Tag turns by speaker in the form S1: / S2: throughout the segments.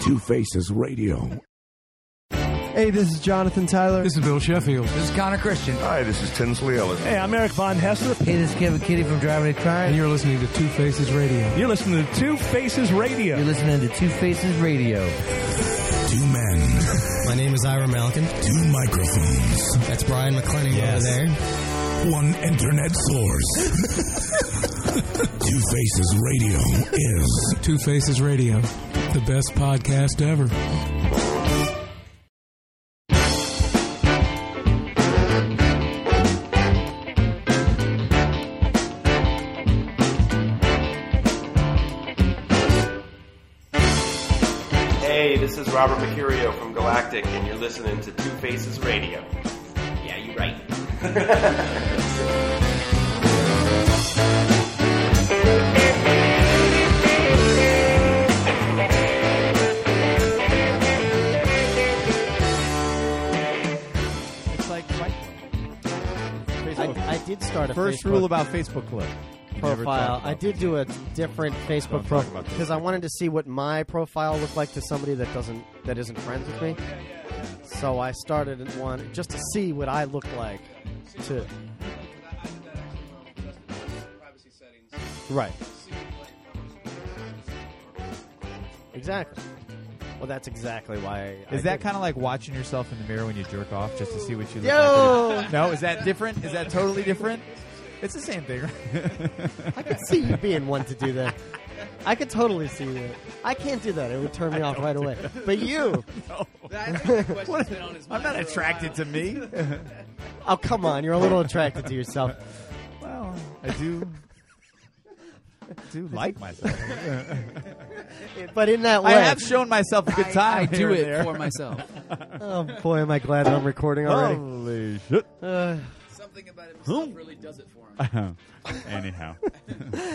S1: Two Faces Radio.
S2: Hey, this is Jonathan Tyler.
S3: This is Bill Sheffield.
S4: This is Connor Christian.
S5: Hi, this is Tinsley Ellis.
S6: Hey, I'm Eric Von Hessler.
S7: Hey, this is Kevin Kitty from Driving to Crime.
S3: And you're listening to Two Faces Radio.
S6: You're listening to Two Faces Radio.
S7: You're listening to Two Faces Radio.
S8: Two men.
S9: My name is Ira Malkin.
S8: Two microphones.
S9: That's Brian McClennan yes. over there.
S8: One internet source. Two Faces Radio is
S3: Two Faces Radio, the best podcast ever.
S10: this is Robert Mercurio from Galactic, and you're listening to Two Faces Radio. Yeah, you're right.
S11: I, I, did start a
S2: first
S11: Facebook
S2: rule about Facebook clip
S11: profile. I did do a different Facebook profile because I wanted to see what my profile looked like to somebody that doesn't that isn't friends with me. So I started one just to see what I looked like. To right. Exactly. Well, that's exactly why. I
S12: is that kind of like watching yourself in the mirror when you jerk off just to see what you look
S11: Yo!
S12: like? No, is that different? Is that totally different? It's the same thing. Right?
S11: I could see you being one to do that. I could totally see that. I can't do that. It would turn me off right away. That. But you,
S12: no. what, I'm not attracted to me.
S11: oh come on, you're a little attracted to yourself.
S12: Well, I do. I do like myself,
S11: but in that way,
S12: I have shown myself a good time. I, I
S4: do it
S12: there.
S4: for myself.
S11: oh boy, am I glad that I'm recording already.
S12: Holy shit! Uh,
S4: about himself really does it for him.
S12: Anyhow,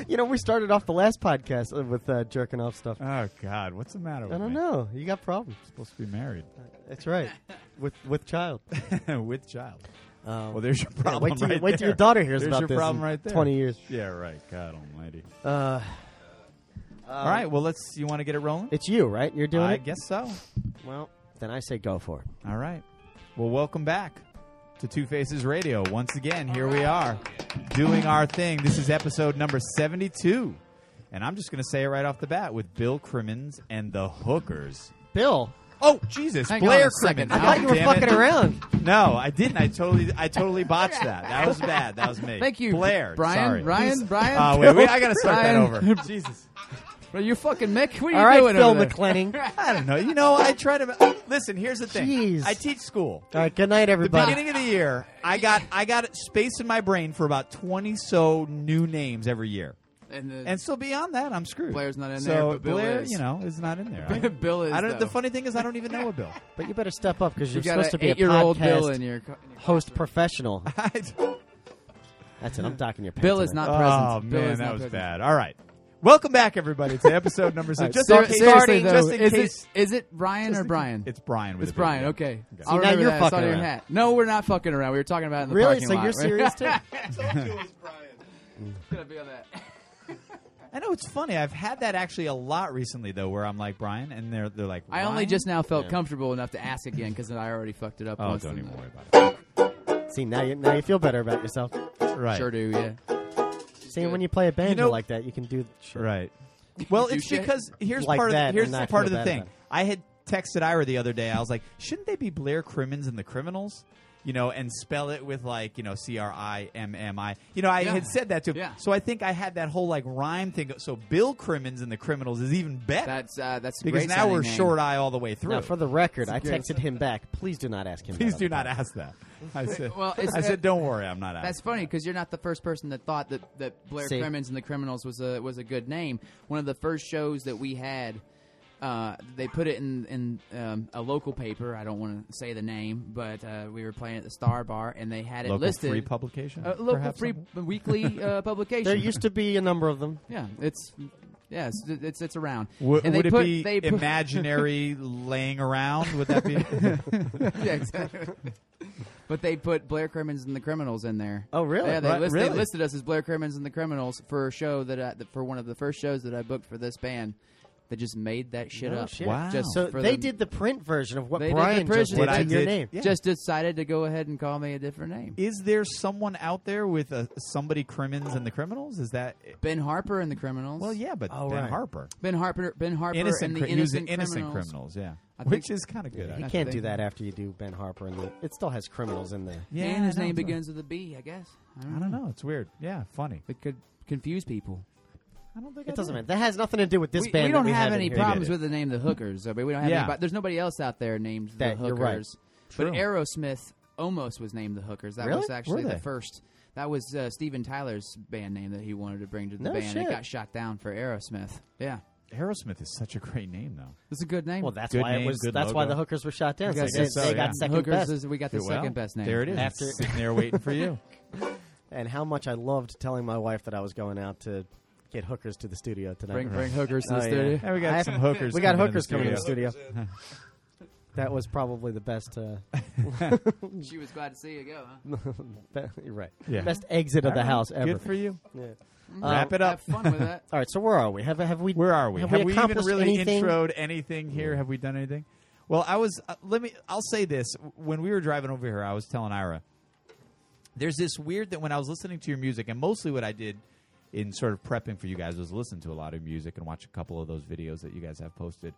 S11: you know, we started off the last podcast with uh, jerking off stuff.
S12: Oh God, what's the matter?
S11: I don't
S12: me?
S11: know. You got problems.
S12: I'm supposed to be married. Uh,
S11: that's right. with with child.
S12: with child. Um, well, there's your
S11: Yeah,
S12: problem.
S11: wait till,
S12: right
S11: you, wait till your daughter hears there's about this. Problem right there. Twenty years.
S12: Yeah, right. God Almighty. Uh, All right. Well, let's. You want to get it rolling?
S11: It's you, right? You're doing
S12: I
S11: it. I
S12: guess so.
S11: Well, then I say go for it.
S12: All right. Well, welcome back to Two Faces Radio. Once again, here we are doing our thing. This is episode number 72. And I'm just going to say it right off the bat with Bill Crimmins and the Hookers.
S11: Bill.
S12: Oh Jesus, Hang Blair Crimmins!
S11: I thought you were fucking
S12: it.
S11: around.
S12: No, I didn't. I totally, I totally botched that. That was bad. That was me.
S4: Thank you,
S12: Blair.
S4: Brian,
S12: Sorry.
S4: Brian,
S12: He's,
S4: Brian.
S12: Oh uh, wait, wait, I gotta start Brian. that over. Jesus.
S4: Are you fucking Mick? What are
S11: All
S4: you
S11: right,
S4: doing
S11: Phil
S4: over
S11: McClenning.
S12: I don't know. You know, I try to listen. Here's the thing.
S11: Jeez.
S12: I teach school.
S4: Uh,
S11: All right. Good night, everybody.
S12: The beginning of the year, I got I got space in my brain for about twenty so new names every year. And, and so beyond that, I'm screwed.
S4: Blair's not in
S12: so
S4: there.
S12: So
S4: but Bill
S12: Blair,
S4: is.
S12: you know, is not in there.
S4: Right? Bill is.
S12: I don't.
S4: Though.
S12: The funny thing is, I don't even know a Bill.
S11: but you better step up because you're
S4: you
S11: supposed to be a
S4: eight-year-old
S11: podcast
S4: Bill in your, co- in your
S11: host
S4: classroom.
S11: professional.
S12: I don't-
S11: That's it. I'm docking your pants.
S4: Bill is
S11: tonight.
S4: not present.
S12: oh
S4: Bill
S12: man,
S4: is not
S12: that was
S4: present.
S12: bad. All right. Welcome back, everybody, to episode number six. Just in
S4: Ser-
S12: case,
S4: seriously though,
S12: just in
S4: is
S12: case,
S4: it is it Brian
S12: just
S4: or
S12: in-
S4: Brian?
S12: It's Brian. With
S4: It's
S12: a big
S4: Brian.
S12: N.
S4: Okay.
S12: Okay.
S4: I'll
S11: now
S4: remember
S11: you're
S4: that. I saw it
S11: fucking
S4: on your
S11: around.
S4: hat. No, we're not fucking around. We were talking about it in the
S11: Really?
S4: parking
S11: So
S4: lot.
S11: you're serious too?
S4: gonna be on that.
S12: I know it's funny. I've had that actually a lot recently though, where I'm like Brian, and they're they're like.
S4: I only
S12: Ryan?
S4: just now felt comfortable enough to ask again because I already fucked it up.
S12: Oh,
S4: once
S12: don't
S4: and-
S12: even worry about
S11: See now you now you feel better about yourself.
S12: it. Right.
S4: Sure do. Yeah.
S11: See when you play a banjo
S12: know-
S11: like that, you can do shit.
S12: Right. Well, it's
S4: shit?
S12: because here's
S11: Like
S12: part of
S11: that
S12: the,
S11: and
S12: here's
S11: not
S12: part
S11: feel
S12: of the
S11: bad
S12: thing.
S11: about it.
S12: I had texted Ira the other day. I was like, shouldn't they be Blair Crimmins and the Criminals? You know, and spell it with like you know C R I M M I. You know, I
S4: Yeah.
S12: had said that too.
S4: Yeah.
S12: So I think I had that whole like rhyme thing. So Bill Crimmins and the Criminals is even better
S4: That's uh, that's a
S12: because
S4: great
S12: now
S4: sounding
S12: we're
S4: name.
S12: short eye all the way through.
S11: Now, for the record, I
S4: great.
S11: texted him back. Please do not ask him.
S12: Please
S11: that
S12: do
S11: on the
S12: not
S11: podcast.
S12: ask that. I said.
S4: Well, it's-
S12: I said, don't worry, I'm not
S4: That's
S12: asking.
S4: funny because you're not the first person that thought that, that Blair
S11: See.
S4: Crimmins and the Criminals was a was a good name. One of the first shows that we had, uh, they put it in in um, a local paper. I don't want to say the name, but uh, we were playing at the Star Bar and they had it
S12: local
S4: listed.
S12: free publication.
S4: Uh, local
S12: perhaps
S4: free
S12: something?
S4: weekly uh, publication.
S11: There used to be a number of them.
S4: yeah, it's yeah, it's it's, it's around.
S12: Wo-
S4: and they
S12: would it
S4: put,
S12: be
S4: they put,
S12: imaginary laying around? Would that be?
S4: yeah, exactly. But they put Blair Crimmins and the Criminals in there.
S11: Oh, really?
S4: Yeah, they,
S12: Right,
S4: list, they
S12: really?
S4: listed us as Blair Crimmins and the Criminals for a show that I, for one of the first shows that I booked for this band. that just made that shit
S11: No
S4: up.
S11: shit.
S12: Wow.
S4: Just
S11: So
S4: for
S11: they
S4: them-
S11: did the print version of what
S4: They did the
S11: Brian
S4: print
S11: just did
S4: version.
S12: What I
S11: to your
S12: did.
S11: name.
S12: Yeah.
S4: just decided to go ahead and call me a different name.
S12: Is there someone out there with a, somebody Crimmins and the Criminals? Is that
S4: Ben Harper and the Criminals.
S12: well? Yeah, but
S11: Oh,
S12: Ben
S11: right.
S12: Harper,
S4: Ben Harper. Ben Harper
S12: innocent,
S4: and
S12: cri-
S4: the
S12: he was an
S4: innocent,
S12: innocent
S4: criminals.
S12: criminals. Yeah,
S4: I
S12: which
S4: think-
S12: is kind of good.
S11: You
S12: I
S11: can't do
S4: think-
S11: that after you do Ben Harper, and the, it still has criminals in there.
S12: Yeah,
S4: and his
S12: I know,
S4: name
S12: it's weird.
S4: begins hmm. with a B, I guess. I don't,
S12: I don't know. It's weird. Yeah, funny.
S4: It could confuse people.
S12: I don't think I
S11: It doesn't
S12: did.
S11: matter. That has nothing to do with this
S4: we,
S11: band.
S4: we
S11: that
S4: don't have
S11: in
S4: any
S11: here.
S4: problems
S12: They did
S4: with the name the Hookers. I mean, we don't have
S12: Yeah.
S4: any. pro- There's nobody else out there named
S11: That-
S4: the
S11: you're right.
S4: Hookers.
S12: True.
S4: But Aerosmith almost was named the Hookers. That
S11: Really?
S4: was actually
S12: Were
S4: the
S12: they?
S4: first. That was uh, Steven Tyler's band name that he wanted to bring to the
S11: No
S4: band.
S11: shit.
S4: It got shot down for Aerosmith. Yeah,
S12: Aerosmith is such a great name, though.
S4: it's a good name.
S11: Well, that's
S12: Good
S11: why
S12: name,
S11: it was.
S12: good
S11: That's why
S12: logo.
S11: the hookers were shot down.
S4: guys
S11: So they,
S12: did so,
S11: they
S12: uh, yeah.
S11: got second
S4: Hookers
S11: best.
S4: is- we got the
S12: Well,
S4: second best name.
S12: There it is.
S11: After-
S12: It's sitting there waiting for you.
S11: and how much I loved telling my wife that I was going out to get hookers to the studio tonight.
S4: Bring bring hookers to
S11: Oh,
S4: the
S11: yeah.
S4: studio.
S12: And we got
S11: I-
S12: some hookers.
S11: we got
S12: coming in the
S11: hookers coming in the
S12: studio.
S11: studio. that was probably the best. Uh,
S4: She was glad to see you go. Huh?
S11: be- you're right.
S12: Yeah.
S11: Best exit of the house ever.
S12: Good for you.
S11: Yeah.
S12: Wrap it up.
S4: Have fun with that.
S11: All right. So where are we? Have have we?
S12: Where are we?
S11: Have,
S12: Have,
S11: we,
S12: we, even
S11: accomplished
S12: really
S11: anything?
S12: introed anything here? Have we done anything? Well, I was. Uh, let me. I'll say this. When we were driving over here, I was telling Ira. There's this weird that when I was listening to your music, and mostly what I did in sort of prepping for you guys was listen to a lot of music and watch a couple of those videos that you guys have posted.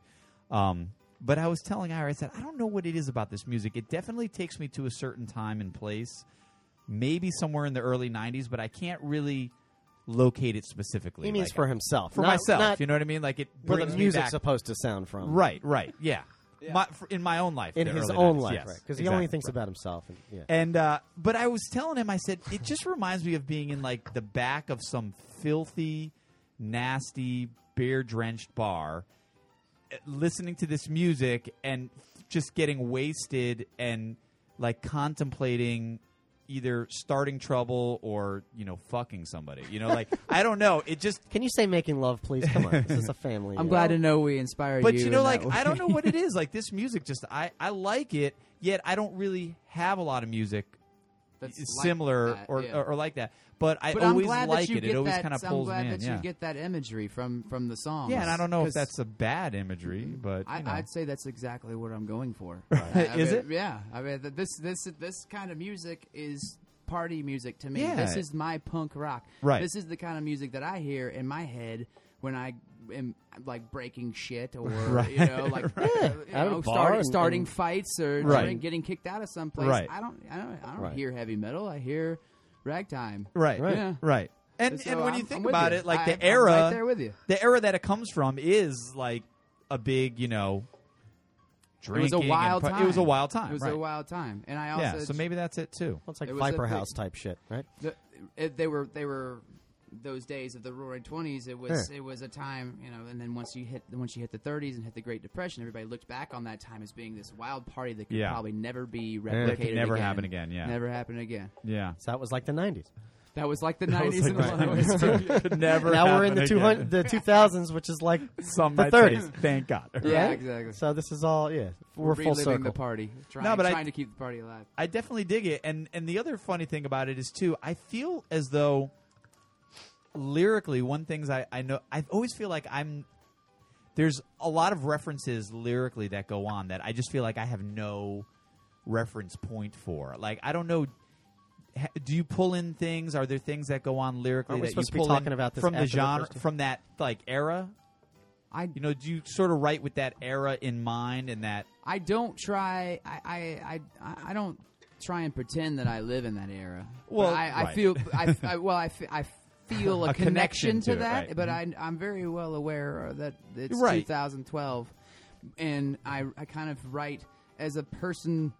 S12: Um, but I was telling Ira, I said, I don't know what it is about this music. It definitely takes me to a certain time and place, maybe somewhere in the early '90s, but I can't really locate it specifically.
S11: He means
S12: Like,
S11: for himself.
S12: for
S11: not,
S12: myself.
S11: Not
S12: you know what I mean? Like it
S11: where
S12: brings
S11: the
S12: me
S11: music's
S12: back.
S11: supposed to sound from.
S12: right, right, yeah. My, for, in my own life,
S11: In
S12: the
S11: his
S12: early
S11: own
S12: 90s,
S11: life,
S12: yes,
S11: right? Because he only
S12: exactly,
S11: thinks
S12: right.
S11: about himself. And, yeah.
S12: And uh, but I was telling him, I said it just reminds me of being in like the back of some filthy, nasty, beer drenched bar, eh, listening to this music and just getting wasted and like contemplating either starting trouble or you know fucking somebody. You know, like I don't know. It just
S11: Can you say "making love," please? Come on, this is a family.
S4: I'm
S11: uh,
S4: glad to know we inspired
S12: but
S4: you.
S12: you know
S4: in
S12: like
S4: that
S12: i don't know
S4: way.
S12: what it is like this music just i i like it yet i don't really have a lot of music
S4: That's like
S12: similar
S4: that,
S12: or,
S4: yeah.
S12: or like that but i
S4: But I'm
S12: always
S4: glad
S12: like
S4: that you
S12: it
S4: get
S12: it always
S4: that-
S12: kind of
S4: I'm
S12: pulls me
S4: glad
S12: in
S4: that
S12: yeah
S4: you get that imagery from from the song.
S12: yeah and i don't know if that's a bad imagery but
S4: I,
S12: you know.
S4: I'd say that's exactly what I'm going for. I
S12: Is
S4: mean,
S12: it?
S4: Yeah. I mean, th- this this this kind of music is party music to me.
S12: Yeah.
S4: This is my punk rock.
S12: Right.
S4: This is the kind of music that I hear in my head when I am like breaking shit or you know like uh, you
S11: At a
S4: know,
S11: bar
S4: start,
S11: and-
S4: starting fights or
S12: Right.
S4: starting- getting kicked out of someplace.
S12: Right.
S4: I don't I don't I don't
S11: Right.
S4: hear heavy metal. I hear ragtime.
S12: right right
S4: Yeah.
S12: right and
S4: So
S12: and when
S4: I'm-
S12: you
S4: I'm
S12: think
S4: with
S12: about
S4: you.
S12: it like
S4: I-
S12: the
S4: I'm right
S12: era
S4: there with you.
S12: the era that it comes from is like a big you know
S4: It was
S12: drinking
S4: a
S12: and
S4: wild
S12: pu-
S4: time.
S12: it was a wild time
S4: It was
S12: right.
S4: a wild time. And I also
S12: yeah so maybe that's it too
S11: Well, it's like
S4: It was a
S11: Viper
S4: big-
S11: House type shit, right?
S4: the, it, they were they were those days of the roaring 20s it was
S11: Yeah.
S4: it was a time you know and then once you hit once you hit the 30s and hit the great depression everybody looked back on that time as being this wild party that could
S12: Yeah.
S4: probably never be
S12: could
S4: replicated
S12: never happen again, yeah.
S4: never happen again
S12: yeah
S11: So that was like the '90s.
S4: that was like the 90s and
S12: like
S4: the 100s
S12: never
S11: now we're in
S12: happen
S11: the
S12: again.
S11: 200, the 2000s, which is like
S12: some
S11: The
S12: might say
S11: 30s.
S12: Thank God.
S4: yeah
S11: right?
S4: exactly
S11: So this is all yeah. We're full
S4: reliving
S11: circle.
S4: the party trying,
S12: No, but I-
S4: trying to keep the party alive
S12: I definitely dig it, and and the other funny thing about it is too. I feel as though lyrically, one things I I know I always feel like I'm there's a lot of references lyrically that go on that I just feel like I have no reference point for. Like I don't know. ha- Do you pull in things? Are there things that go on lyrically
S11: Aren't we
S12: that you
S11: supposed to be
S12: pull in
S11: talking about this
S12: from the
S11: after the
S12: genre,
S11: first two?
S12: from that like era?
S4: I
S12: You know, do you sort of write with that era in mind and that
S4: I don't try. I I, I I don't try and pretend that I live in that era.
S12: Well,
S4: But I, I
S12: right.
S4: feel. I, I well, I, fe- I feel a,
S12: A connection
S4: connection,
S12: to
S4: to
S12: it,
S4: that,
S12: right. Mm-hmm.
S4: but I, I'm very well aware that it's
S12: Right.
S4: 2012, and I I kind of write as a person.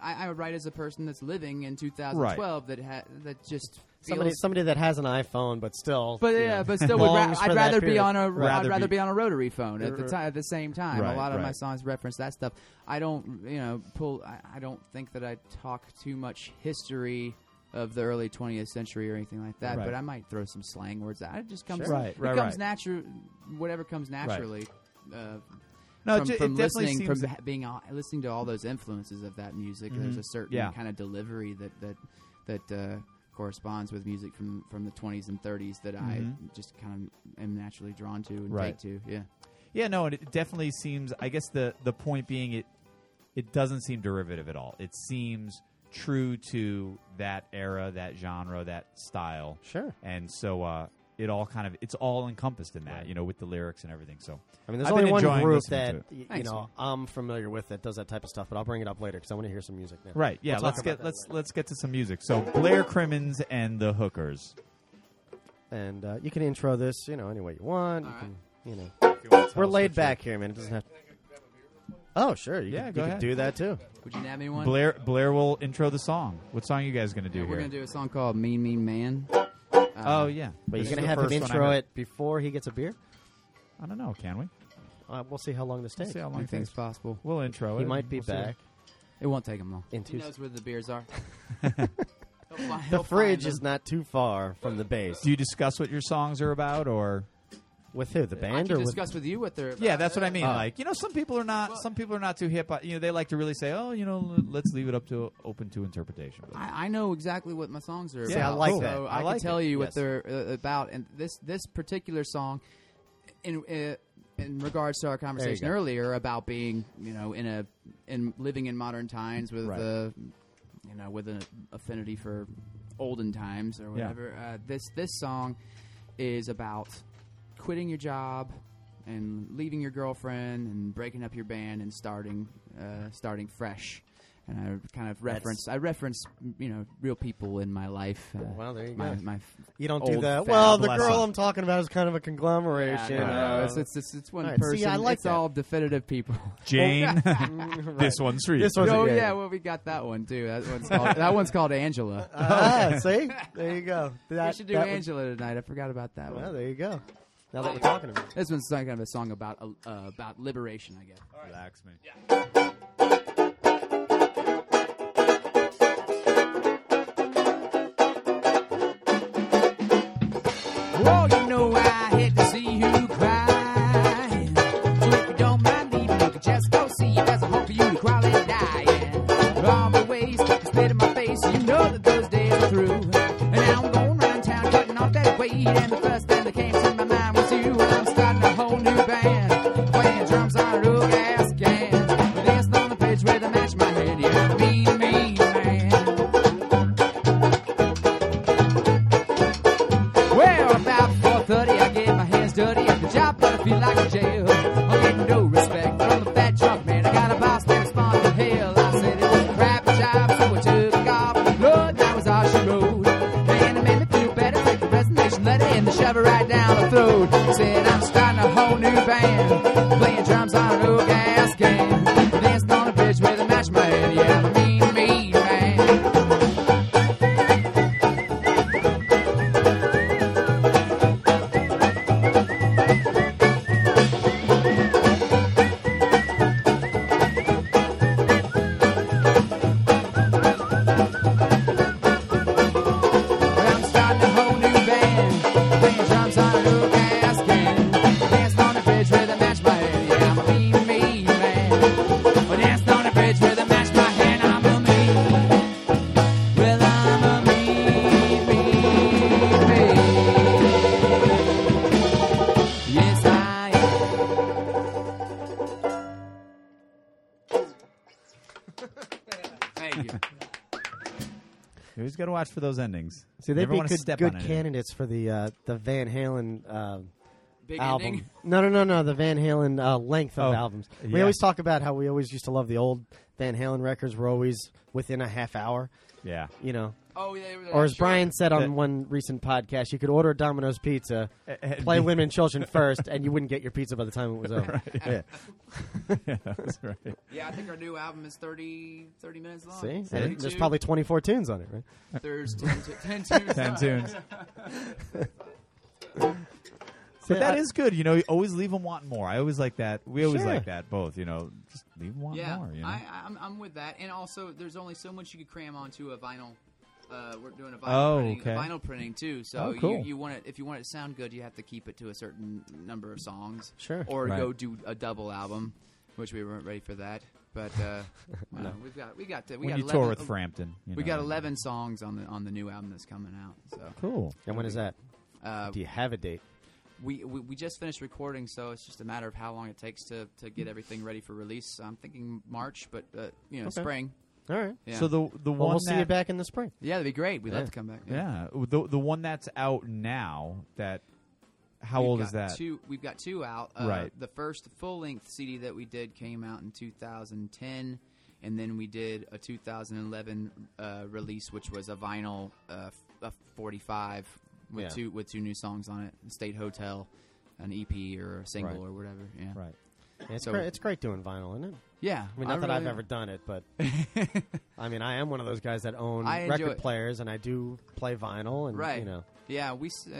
S4: I, I write as a person that's living in 2012 that ha- that just
S11: Somebody,
S4: feels
S11: somebody that has an iPhone, but still.
S4: but
S11: you
S4: yeah,
S11: know.
S4: but still, would ra-
S11: longs for
S4: I'd
S11: that
S4: rather be
S11: period.
S4: on a
S12: Rather
S4: would rather
S12: be-
S4: be, on a rotary phone at the
S11: Right,
S4: time. At the same time,
S12: right,
S4: a lot of my
S12: right.
S4: songs reference that stuff. I don't, you know, pull. I, I don't think that I talk too much history of the early 20th century or anything like that.
S12: Right.
S4: But I might throw some slang words out. It just comes
S12: Sure. Right,
S4: It
S12: right,
S4: comes
S12: right.
S4: natural. Whatever comes naturally. Uh,
S12: No, it
S4: from,
S12: ju- it
S4: from
S12: definitely
S4: listening,
S12: seems- Mm-hmm.
S4: from ha- being all, listening to all those influences of that music, there's a certain
S12: Yeah.
S4: kind of delivery that that that uh, corresponds with music from from the 20s and 30s that I just kind of am naturally drawn to and
S12: Mm-hmm. Right.
S4: take to. Yeah,
S12: Yeah, no, and it definitely seems. I guess the the point being, it it doesn't seem derivative at all. It seems true to that era, that genre, that style.
S11: Sure.
S12: And so uh, it all kind of it's all encompassed in that, you know, with the lyrics and everything. So
S11: I mean, there's
S12: I've
S11: only
S12: been
S11: one
S12: enjoying
S11: group
S12: listening
S11: that
S12: to it.
S11: y- you
S4: Thanks,
S11: know
S4: man.
S11: I'm familiar with that does that type of stuff, but I'll bring it up later because I want to hear some music now.
S12: Right. Yeah.
S11: We'll talk
S12: let's
S11: about
S12: get
S11: that
S12: let's
S11: later.
S12: let's get to some music. So Blair Crimmins and the Hookers.
S11: and uh, you can intro this, you know, any way you want. You
S4: All
S11: can, you know, we're laid back here, man. It doesn't have. Oh, sure. You
S12: Yeah,
S11: could,
S12: go
S11: you could
S12: ahead.
S11: do that too.
S4: Would you nab me one?
S12: Blair Blair will intro the song. What song are you guys gonna do
S4: Yeah,
S12: here?
S4: we're gonna do a song called "Mean Mean Man." Uh,
S12: oh yeah.
S11: But you're
S12: This is
S11: gonna
S12: the
S11: have him
S12: first one I
S11: intro
S12: heard.
S11: it before he gets a beer.
S12: I don't know. Can we?
S11: Uh, we'll see how long this
S12: Let's
S11: takes.
S12: see how long it
S4: Anything's
S12: takes.
S4: possible.
S12: We'll intro it.
S11: He might
S12: and
S11: be
S12: we'll see.
S11: back
S4: It won't take him long.
S11: in
S4: He
S11: two.
S4: knows where the beers are.
S11: The fridge is not too far from the base.
S12: Do you discuss what your songs are about, or
S11: With who? The
S4: I
S11: band
S4: can
S11: or with?
S4: discuss with you what they're.
S12: yeah, that's what I mean.
S11: Oh.
S12: like you know, some people are not. some people are not too hip. uh, You know, they like to really say, oh, you know, let's leave it up to open to interpretation. But-
S4: I, I know exactly what my songs are
S12: See,
S4: about.
S12: I like
S4: so
S12: that.
S4: I,
S12: I
S4: can
S12: like
S4: tell
S12: it.
S4: you what
S12: Yes.
S4: they're uh, about. And this this particular song, in uh, in regards to our conversation
S11: go.
S4: earlier about being you know in a in living in modern times with
S11: Right.
S4: uh, you know with an affinity for olden times or whatever. Uh, this this song is about quitting your job and leaving your girlfriend and breaking up your band and starting uh, starting fresh. And I kind of reference I reference you know real people in my life. Uh,
S11: Well, there you
S4: my,
S11: go.
S4: My
S11: You don't do
S4: old
S11: that.
S4: fat
S11: Well, the
S12: bless
S11: girl
S12: him.
S11: I'm talking about is kind of a conglomeration.
S4: yeah, no,
S11: of-
S4: it's, it's, it's, it's one
S11: All right,
S4: person.
S11: see, I like
S4: it's
S11: that.
S4: all definitive people.
S12: Jane,
S11: Right.
S12: this one's for you.
S11: Oh, This one's-
S4: oh
S11: yeah,
S4: yeah,
S11: yeah.
S4: well we got that one too. That one's called that one's called Angela.
S11: Ah, see, there you go. That,
S4: we should do
S11: that would-
S4: Angela tonight. I forgot about that
S11: Well,
S4: one.
S11: there you go. Now that we're talking about, it.
S4: This one's kind of a song about uh, uh, about liberation, I guess.
S12: Relax, man.
S4: Oh, you know I hate to see you cry. So if you don't mind leaving, you can just go see. There's a hope for you to crawl and die. And all the ways to spit in my face, you know that those days are through. And now I'm going round town cutting off that weed. And the first thing that came to my mind was you. And I'm starting a whole new band, playing drums on a real gas can. Dancing on the page with a match in my head, yeah, mean, mean man. Well, about 4.30, I get my hands dirty at the job, but I feel like a jail. I'm getting no respect from the fat junk man. I got a boss that responds to hell. I said it was a crap job, so I took off. Lord, that was all she wrote. And it made me feel better. Take the resignation letter and the shove it right down the throat. Said I'm starting a whole new band, playing drums on an old gas can. Dancing on a bridge with a match man, yeah, I'm a mean, mean man. Well, I'm starting a whole new band, playing drums on a little gas can. Danced on the bridge with a match my hand, yeah, I'm a mean, mean man. I danced on the bridge with a match my hand, I'm a mean. Well, I'm a mean, mean, mean. Yes, I am. Thank you.
S12: You always got to watch for those endings.
S11: see, they'd
S12: Never
S11: be
S12: wanna
S11: good,
S12: step
S11: good
S12: on anything.
S11: candidates for the uh, the Van Halen uh,
S4: Big
S11: album.
S4: ending.
S11: No, no, no, no. The Van Halen uh, length of
S12: Oh,
S11: albums. We
S12: yeah.
S11: always talk about how we always used to love the old Van Halen records. Were always within a half hour.
S12: Yeah.
S11: You know,
S4: Oh, yeah. they were-
S11: or as Brian said on
S12: That-
S11: one recent podcast, you could order a Domino's pizza,
S12: and
S11: play
S12: be-
S11: Women and Children first, and you wouldn't get your pizza by the time it was over.
S12: yeah. yeah, that's right.
S4: Yeah, I think our new album is 30, 30 minutes long.
S11: See, and it-
S4: 32.
S11: there's probably 24 tunes on it, right?
S4: There's 10, tu- 10 tunes.
S12: Ten tunes. But
S11: I-
S12: that is good, you know. You always leave them wanting more. I always like that. We always
S11: Sure.
S12: like that. Both, you know, just leave them wanting
S4: Yeah,
S12: more. You know?
S4: I, I'm, I'm with that. And also, there's only so much you could cram onto a vinyl. Uh, we're doing a vinyl,
S12: Oh,
S4: printing,
S12: okay.
S4: vinyl printing too. So
S12: Oh, cool.
S4: you, you want it if you want it to sound good, you have to keep it to a certain number of songs.
S11: Sure.
S4: Or
S12: Right.
S4: go do a double album, which we weren't ready for that. But uh, well, we've got we got to, we
S12: when
S4: got
S12: you
S4: 11,
S12: tour with Frampton, you
S4: we
S12: know.
S4: got 11 songs on the on the new album that's coming out. So
S12: Cool.
S11: And when uh, is that?
S4: uh,
S11: Do you have a date?
S4: we, we we just finished recording, so it's just a matter of how long it takes to, to get everything ready for release. I'm thinking March, but uh, you know, spring.
S11: All right.
S4: Yeah.
S12: So the the
S11: Well,
S12: one
S11: we'll see
S12: that-
S11: you back in the spring.
S4: yeah, that'd be great. We'd love to come back.
S12: Yeah, the the one that's out now. That how
S4: We've
S12: old is
S4: got
S12: that?
S4: Two, we've got two out. Uh,
S12: Right.
S4: The first full length CD that we did came out in 2010, and then we did a 2011 uh, release, which was a vinyl, uh, f- a 45 with
S11: Yeah.
S4: two with two new songs on it. State Hotel, an EP or a single
S11: Right.
S4: or whatever. Yeah.
S12: Right.
S11: It's,
S4: So-
S11: great, it's great doing vinyl, isn't it?
S4: Yeah.
S11: I mean, not that I've
S4: really-
S11: ever done it, but I mean, I am one of those guys that own
S4: I enjoy
S11: record
S4: it.
S11: players, and I do play vinyl, and
S4: Right.
S11: you know,
S4: Yeah, we s- uh,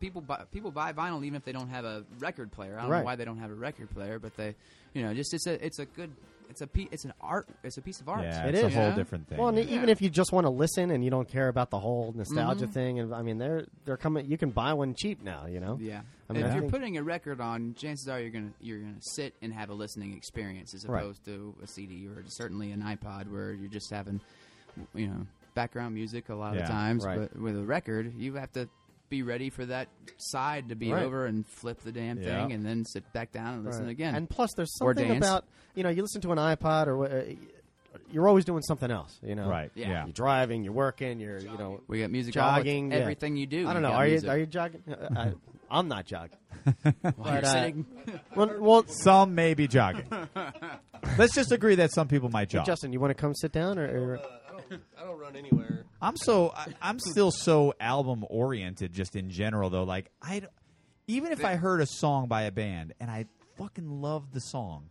S4: people buy, people buy vinyl even if they don't have a record player. I don't know
S11: Right.
S4: why they don't have a record player, but they, you know, just it's a it's a good it's a pe- it's an art it's a piece of art.
S12: Yeah,
S11: It
S12: it's
S11: is.
S12: a whole
S4: Yeah.
S12: different thing.
S11: well, and even if you just want to listen and you don't care about the whole nostalgia
S4: Mm-hmm.
S11: thing, and I mean, they're they're coming. You can buy one cheap now, you know.
S4: Yeah.
S11: I mean,
S4: if
S11: I
S4: you're
S11: think-
S4: putting a record on, chances are you're gonna you're gonna sit and have a listening experience as
S11: Right.
S4: opposed to a CD or certainly an iPod where you're just having, you know, background music a lot
S12: Yeah,
S4: of times.
S11: right.
S4: But with a record, you have to be ready for that side to be
S11: Right.
S4: over and flip the damn
S12: Yeah.
S4: thing and then sit back down and listen
S11: Right.
S4: again.
S11: And plus, there's
S4: Or
S11: something
S4: dance.
S11: about you know, you listen to an iPod or wha- uh, you're always doing something else, you know.
S12: right,
S4: Yeah.
S12: yeah.
S11: You're driving, you're working, you're you know
S4: we got music all-
S11: jogging. yeah.
S4: everything you do.
S11: I
S4: you
S11: don't know.
S4: got
S11: Are
S4: music.
S11: you are you jogging? Uh, I, I'm not jogging.
S4: While you're
S11: but, uh,
S4: sitting?
S11: Well, well
S12: Some may be jogging. Let's just agree that some people might jog.
S11: Justin, you want to come sit down or? or
S10: I don't run anywhere.
S12: I'm so I, I'm still so album oriented just in general though. Like I, d- even if I heard a song by a band and I fucking loved the song,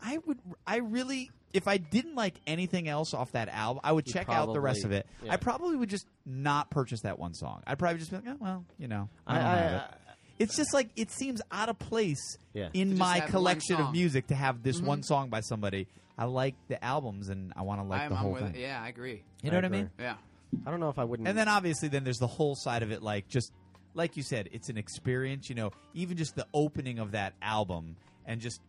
S12: I would I really if I didn't like anything else off that album, I would check out the rest of
S11: probably-
S12: it.
S11: yeah.
S12: I probably would just not purchase that one song. I'd probably just be like, oh, well, you know, I
S11: I-
S12: don't
S11: I-
S12: have it.
S11: I-
S12: It's just like it seems out of place
S11: Yeah.
S4: To
S12: in
S4: just
S12: my
S4: have one
S12: collection of
S4: song. Mm-hmm.
S12: music to have this one song by somebody. I like the albums and I want to like
S4: I'm,
S12: the
S4: I'm
S12: whole
S4: with
S12: thing.
S4: it. Yeah, I agree.
S12: You know
S11: I
S12: what I mean?
S11: agree.
S4: Yeah.
S11: I don't know if I wouldn't.
S12: And then obviously, then there's the whole side of it, like just like you said, it's an experience. You know, even just the opening of that album, and just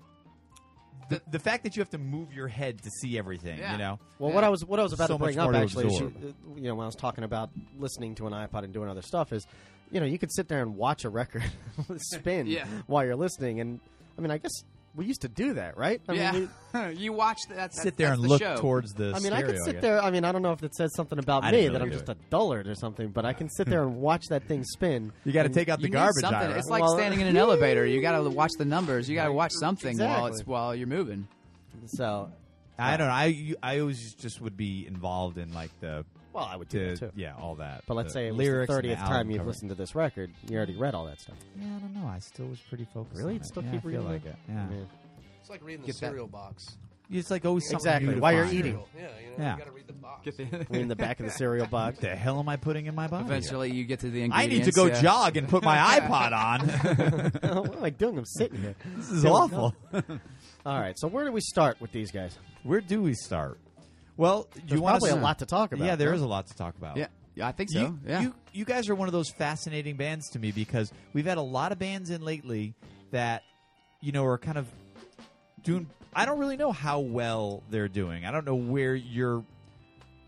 S12: the the fact that you have to move your head to see everything.
S4: Yeah.
S12: You know,
S11: Well, what I was what I was about
S12: So
S11: to bring
S12: much
S11: up
S12: more to
S11: actually, is you,
S12: absorb.
S11: uh, you know, when I was talking about listening to an iPod and doing other stuff, is you know you could sit there and watch a record spin
S4: Yeah.
S11: while you're listening, and I mean, I guess we used to do that, right? I
S4: yeah.
S11: Mean, we-
S4: you watch that. that's-
S12: sit there
S4: that's
S12: and
S4: the
S12: look
S4: show.
S12: towards the.
S11: I mean, I could
S12: stereo,
S11: sit
S12: guess.
S11: there. I mean, I don't know if it says something about
S12: I
S11: me
S12: didn't
S11: that I'm
S12: really do
S11: just
S12: it.
S11: a dullard or something, but I can sit there and watch that thing spin.
S12: You got to
S11: And-
S12: take out the
S4: You need
S12: garbage.
S4: something.
S12: Ira.
S4: It's like
S11: Well,
S4: standing in an elevator. You got to watch the numbers. You got to watch something while it's
S11: Exactly.
S4: while you're moving.
S11: So,
S12: I don't know. I you- I always just would be involved in like the.
S11: well, I would do
S12: the-
S11: that too.
S12: yeah, all that.
S11: But let's
S12: The
S11: say it was the
S12: lyrics and
S11: 30th
S12: album
S11: time you've
S12: cover.
S11: listened to this record. You already read all that stuff.
S12: Yeah, I don't know. I still was pretty focused.
S11: Really?
S12: on
S11: You'd
S12: it.
S11: still
S12: Yeah,
S11: keep
S12: I feel
S11: reading
S12: like
S11: it?
S12: it. Yeah.
S11: Yeah.
S1: It's like reading the
S4: Get that.
S1: cereal box.
S12: It's like always something
S11: Exactly.
S12: new to
S11: While you're
S12: find.
S11: eating.
S1: Yeah, you know,
S12: Yeah.
S1: you got to read the box.
S11: in the back of the cereal box.
S12: What the hell am I putting in my body?
S4: Eventually, you get to the
S12: I
S4: ingredients.
S12: need to go
S4: yeah.
S12: jog and put my iPod on.
S11: what am I doing? I'm sitting here.
S12: this is awful.
S11: All right, so where do we start with these guys?
S12: Where do we start? Well,
S11: There's
S12: you want
S11: probably a lot to talk about.
S12: Yeah, there
S11: huh?
S12: is a lot to talk about.
S4: Yeah, yeah, I think so.
S12: You,
S4: yeah,
S12: you you guys are one of those fascinating bands to me because we've had a lot of bands in lately that you know are kind of doing. I don't really know how well they're doing. I don't know where you're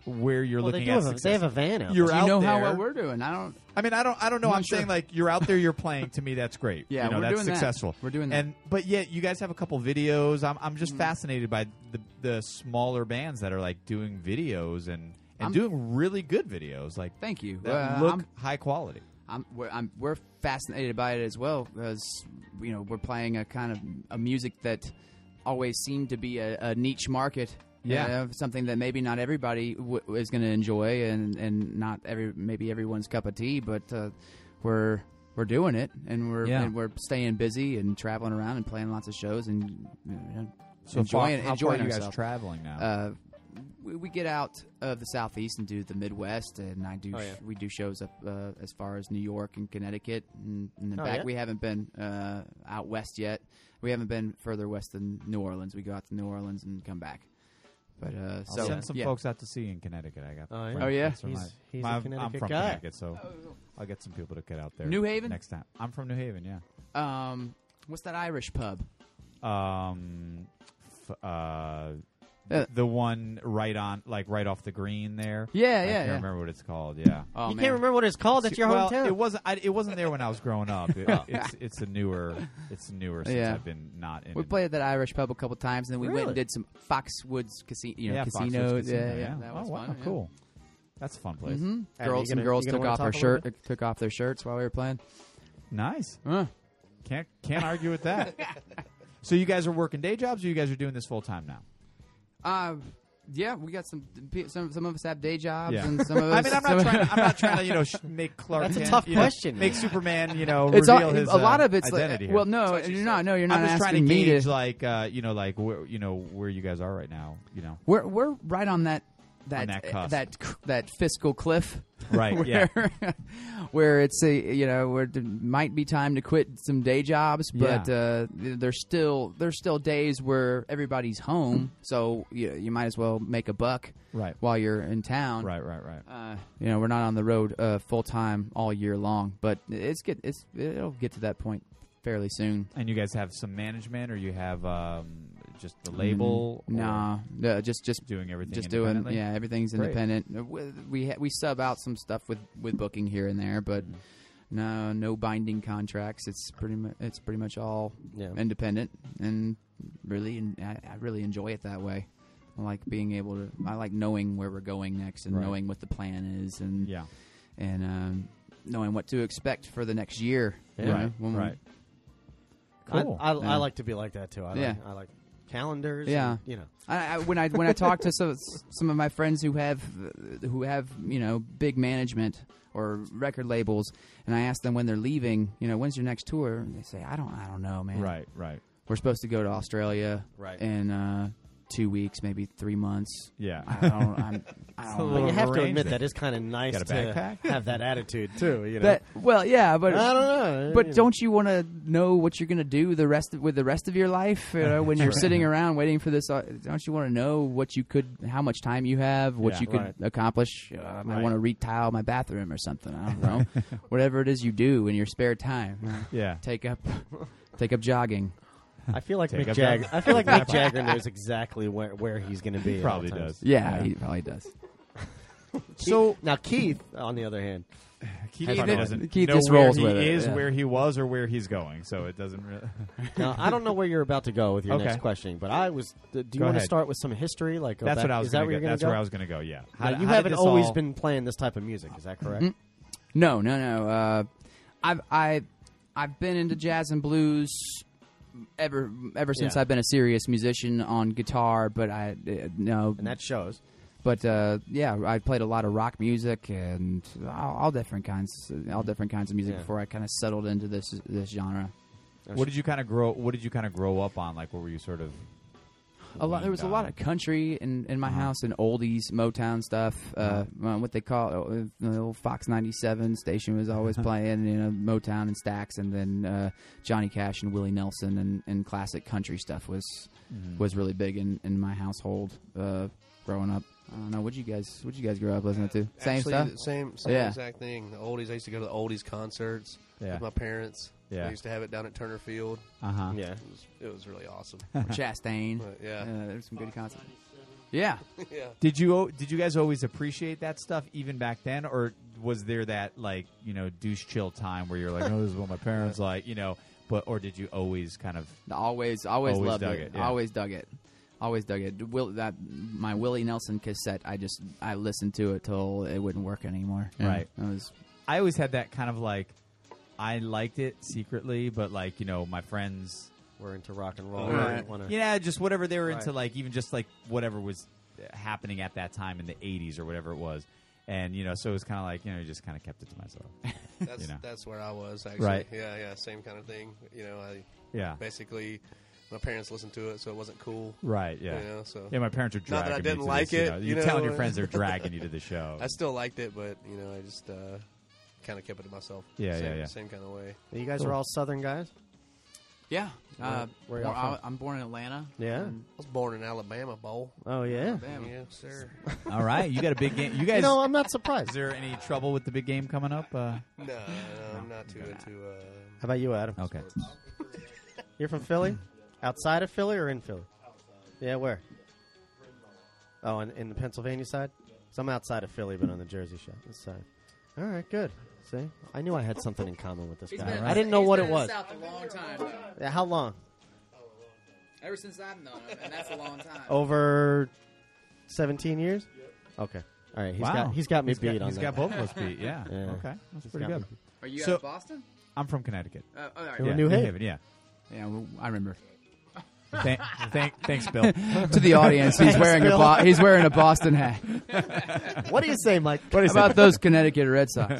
S12: where you're
S11: Well, they
S12: looking
S11: do
S12: at.
S11: have a, they
S12: success.
S11: have a van out.
S12: you're
S4: Do you
S12: out
S4: know
S12: there.
S4: how well we're doing. I don't.
S12: I mean, I don't, I don't know.
S4: I'm
S12: I'm,
S4: not
S12: saying
S4: sure.
S12: like you're out there, you're playing. To me, that's great.
S4: Yeah,
S12: you know,
S4: we're
S12: that's
S4: doing that.
S12: successful.
S4: We're doing that. Mm-hmm.
S12: And but yet, you guys have a couple videos. I'm, I'm just fascinated by the the smaller bands that are like doing videos and and
S4: I'm-
S12: doing really good videos. Like
S4: Thank you.
S12: that
S4: Uh,
S12: look
S4: I'm-
S12: high quality.
S4: I'm we're, I'm we're fascinated by it as well because you know we're playing a kind of a music that always seemed to be a, a niche market.
S12: Yeah.
S4: Uh, something that maybe not everybody w- is going to enjoy, and and not every maybe everyone's cup of tea, but uh, we're. We're doing it, and we're
S12: Yeah.
S4: and we're staying busy and traveling around and playing lots of shows and you know,
S12: So
S4: enjoying
S12: far, how
S4: enjoying
S12: far are you guys
S4: ourselves
S12: traveling now?
S4: uh, we, we get out of the southeast and do the Midwest, and I
S11: Oh,
S4: do we do shows up uh, as far as New York and Connecticut, and, and then
S11: Oh,
S4: back.
S11: yeah?
S4: We haven't been uh, out west yet. We haven't been further west than New Orleans. We go out to New Orleans and come back. But uh,
S12: I'll
S4: so
S12: send some
S4: yeah.
S12: folks out to see you in Connecticut. I got.
S11: Oh, yeah?
S12: friends
S4: Oh, yeah?
S12: that's from
S11: He's-
S12: my-
S11: he's a
S12: my- I'm
S11: Connecticut
S12: from
S11: guy.
S12: Connecticut, so I'll get some people to get out there.
S4: New Haven?
S12: next time. I'm from New Haven. Yeah.
S4: Um, what's that Irish pub?
S12: Um, f- uh,
S4: Uh,
S12: the one right on, like right off the green there.
S4: Yeah,
S12: I
S4: yeah,
S12: can't
S4: yeah.
S12: remember what it's called. Yeah.
S4: oh,
S11: you
S4: man.
S11: can't remember what it's called. That's your
S12: well,
S11: hometown.
S12: It wasn't. I, it wasn't there when I was growing up. It, it's it's a newer. It's newer since
S4: Yeah.
S12: I've been not in.
S4: We
S12: it.
S4: played at that Irish pub a couple times, and then we went and
S11: Really?
S4: did some Foxwoods casino, you know,
S12: yeah, Foxwoods
S4: casinos.
S12: Casino,
S4: yeah, yeah, that was
S12: oh wow,
S4: fun. yeah.
S12: cool. That's a fun place.
S4: Mhm.
S11: Are you
S4: Girls, some
S11: gonna-
S4: girls
S11: you gonna
S4: took
S11: wanna
S4: off
S11: talk
S4: their
S11: a little
S4: shirt, took off their shirts while we were playing.
S12: Nice.
S4: Uh,
S12: Can't can't argue with that. so you guys are working day jobs, or you guys are doing this full time now?
S4: uh, yeah, we got some. pe- Some some of us have day jobs,
S12: Yeah.
S4: and some of us.
S12: I mean, I'm
S4: some
S12: not trying. To, I'm not trying to you know sh- make Clark.
S11: That's a
S12: Kent,
S11: tough
S12: you know,
S11: question.
S12: Make Superman you know
S4: It's
S12: reveal
S4: all,
S12: his
S4: a lot
S12: uh,
S4: of it's
S12: identity.
S4: like,
S12: here.
S4: well, no, you're not. No, you're not
S12: I'm just trying to
S4: asking me
S12: gauge
S4: to.
S12: like uh, you know like where, you know where you guys are right now. You know.
S4: we're we're right on that that
S12: On that cusp.
S4: that cr- that fiscal cliff.
S12: Right,
S4: where, where it's a you know where it might be time to quit some day jobs, but
S12: Yeah.
S4: uh, there's still there's still days where everybody's home, so you you might as well make a buck
S12: Right.
S4: while you're in town.
S12: Right. Right. Right.
S4: Uh, you know we're not on the road uh, full time all year long, but it's get it's it'll get to that point fairly soon.
S12: And you guys have some management, or you have um, just the label? or
S4: Mm-hmm. Nah, Mm, no, just just
S12: doing everything.
S4: just doing
S12: independently?
S4: yeah everything's
S12: Great.
S4: independent Uh, we we, ha- we sub out some stuff with with booking here and there but
S12: Mm-hmm.
S4: no no binding contracts it's pretty much it's pretty much all
S11: Yeah.
S4: independent and really and I, I really enjoy it that way I like being able to I like knowing where we're going next and
S12: Right.
S4: knowing what the plan is and
S12: Yeah.
S4: and um, knowing what to expect for the next year you
S11: Yeah.
S4: know,
S12: Right.
S4: when we-
S12: Right.
S11: I-
S12: Cool.
S11: I, I,
S4: Yeah.
S11: like to be like that too. I like,
S4: Yeah.
S11: I like calendars.
S4: Yeah.
S11: and, you know.
S4: I, I, when I when I talk to some some of my friends who have who have you know big management or record labels, and I ask them when they're leaving, you know, when's your next tour? And they say, I don't, I don't know, man.
S12: Right. Right.
S4: We're supposed to go to Australia,
S11: Right.
S4: In uh, two weeks, maybe three months.
S12: Yeah.
S4: I don't. I'm, I don't
S11: But
S4: know.
S11: you have to
S12: arrangement.
S11: admit that is kind of nice
S12: Got a
S11: to
S12: backpack?
S11: have that attitude too. You know.
S4: But well, yeah, but
S11: I don't know.
S4: But don't you want to know what you're going to do the rest of, with the rest of your life? You know, when you're sitting around waiting for this, uh, don't you want to know what you could, how much time you have, what
S12: Yeah,
S4: you could
S11: right.
S4: accomplish? Uh, I
S11: Right.
S4: want to retile my bathroom or something. I don't know. Whatever it is you do in your spare time, Uh,
S12: Yeah.
S4: take up, take up jogging.
S11: I feel like
S12: Take
S11: Mick
S12: up
S11: Jagger.
S12: that-
S11: I feel like Mick Jagger knows exactly where, where he's going to be. at all
S12: Probably
S11: times.
S12: does.
S4: Yeah, he probably does.
S12: So
S11: Now Keith, on the other hand,
S12: Keith
S4: Keith-
S12: probably doesn't
S4: Keith
S12: know
S4: just
S12: where
S4: rolls
S12: he
S4: with it,
S12: is,
S4: yeah.
S12: where he was, or where he's going. So it doesn't. really...
S11: now, I don't know where you're about to go with your
S12: Okay.
S11: next question, but I was. Do you
S12: Go
S11: want to
S12: ahead.
S11: start with some history? Like go
S12: That's
S11: back-
S12: what I was.
S11: Is that
S12: gonna
S11: where you're
S12: go.
S11: going
S12: That's
S11: to go?
S12: where I was going to go. Yeah. How
S11: Now,
S12: did-
S11: you
S12: how did
S11: haven't
S12: this
S11: always
S12: all-
S11: been playing this type of music. Is that correct?
S4: No, no, no. Uh, I've I I've been into jazz and blues ever ever since
S11: Yeah.
S4: I've been a serious musician on guitar. But I uh, no,
S11: And that shows.
S4: but uh, yeah, I played a lot of rock music and all, all different kinds, all different kinds of music
S11: Yeah.
S4: before I kind of settled into this this genre.
S12: What did you kind of grow? What did you kind of grow up on? Like, what were you sort of?
S4: A lot. There was a lot of country in, in my house and oldies, Motown stuff. Uh, well, what they call uh, the old Fox ninety seven station was always playing, you know, Motown and Stax, and then uh, Johnny Cash and Willie Nelson and, and classic country stuff was
S12: Hmm.
S11: Mm-hmm.
S4: was really big in, in my household uh, growing up. I don't know what you guys what you guys grow up listening to. Same
S1: Actually,
S4: stuff.
S1: the Same, same
S4: Yeah.
S1: exact thing. The oldies. I used to go to the oldies concerts
S12: Yeah.
S1: with my parents.
S12: Yeah.
S1: They used to have it down at Turner Field.
S12: Uh huh.
S11: Yeah.
S1: It was, it was really awesome.
S4: Chastain.
S1: But, yeah.
S4: Uh, there's some good concerts. Yeah.
S1: yeah.
S12: Did you o- did you guys always appreciate that stuff even back then, or was there that like you know douche chill time where you're like, oh, this is what my parents like, you know? But or did you always kind of
S4: Always, always,
S12: Always
S4: loved
S12: dug
S4: it.
S12: it, yeah.
S4: Always dug it. Always dug it. Will that my Willie Nelson cassette? I just I listened to it till it wouldn't work anymore. And
S12: Right.
S4: It was
S12: I always had that kind of like I liked it secretly, but like you know my friends,
S11: We're into rock and roll.
S1: Right.
S11: We don't wanna-
S12: yeah, just whatever they were into,
S11: Right.
S12: like even just like whatever was uh, happening at that time in the '80s or whatever it was, and you know, so it was kind of like you know, I just kind of kept it to myself.
S1: That's
S12: You know.
S1: that's where I was actually.
S12: Right.
S1: Yeah, yeah. Same kind of thing. You know, I
S12: Yeah,
S1: basically my parents listened to it, so it wasn't cool.
S12: right. Yeah.
S1: You know, so
S12: Yeah, my parents are
S1: Not
S12: dragging
S1: that I
S12: me
S1: didn't
S12: to
S1: like
S12: this, you
S1: it,
S12: know.
S1: you
S12: You're telling
S1: know.
S12: your friends they're dragging you to the show.
S1: I still liked it, but you know, I just uh, kind of kept it to myself.
S12: Yeah,
S1: same,
S12: yeah, yeah.
S1: Same kind of way.
S11: You guys are all Southern guys.
S12: Mm-hmm.
S4: yeah. Uh,
S11: Where- where
S4: born-
S11: y'all
S4: I, I'm born in Atlanta.
S11: Yeah.
S1: I was born in Alabama, bowl.
S11: Oh yeah.
S4: Damn.
S1: Yeah, sir.
S12: All right, you got a big game. You
S11: You
S12: guys,
S11: know, I'm not
S12: is
S11: surprised. How
S12: there any trouble with the big game coming up? Uh,
S1: no, no, I'm not too into. Uh,
S11: about you, Adam?
S12: okay,
S11: You're from Philly? Outside of Philly or in Philly? Yeah, where? Oh, in, in the Pennsylvania side? So I'm outside of Philly, but on the Jersey shop this side. All right, good. See, I knew I had something in common with this
S4: He's
S11: guy.
S4: been in
S11: I
S4: the-
S11: didn't know
S4: he's
S11: what
S4: been
S11: it
S4: in the
S11: was.
S4: South a long time, though.
S11: Yeah, how long?
S4: Ever since I've known him, and that's a long time.
S11: Oh, Over 17 years. Okay. All right. He's
S12: Wow.
S11: got he's got me
S12: He's
S11: beat
S12: got,
S11: on
S12: He's
S11: that.
S12: got both of us beat. Yeah.
S11: Yeah.
S12: Okay. That's
S11: He's
S12: pretty
S11: got
S12: good.
S11: me.
S4: Are you
S12: So-
S4: out of Boston?
S12: I'm from Connecticut.
S4: Uh, oh, all right.
S11: From
S12: yeah,
S11: New Haven.
S12: Yeah.
S4: Yeah, well, I remember.
S12: Thank, thank, thanks, Bill.
S4: to the audience, he's wearing a bo- he's wearing a Boston hat.
S11: What do you say, Mike?
S4: What about those Connecticut Red Sox?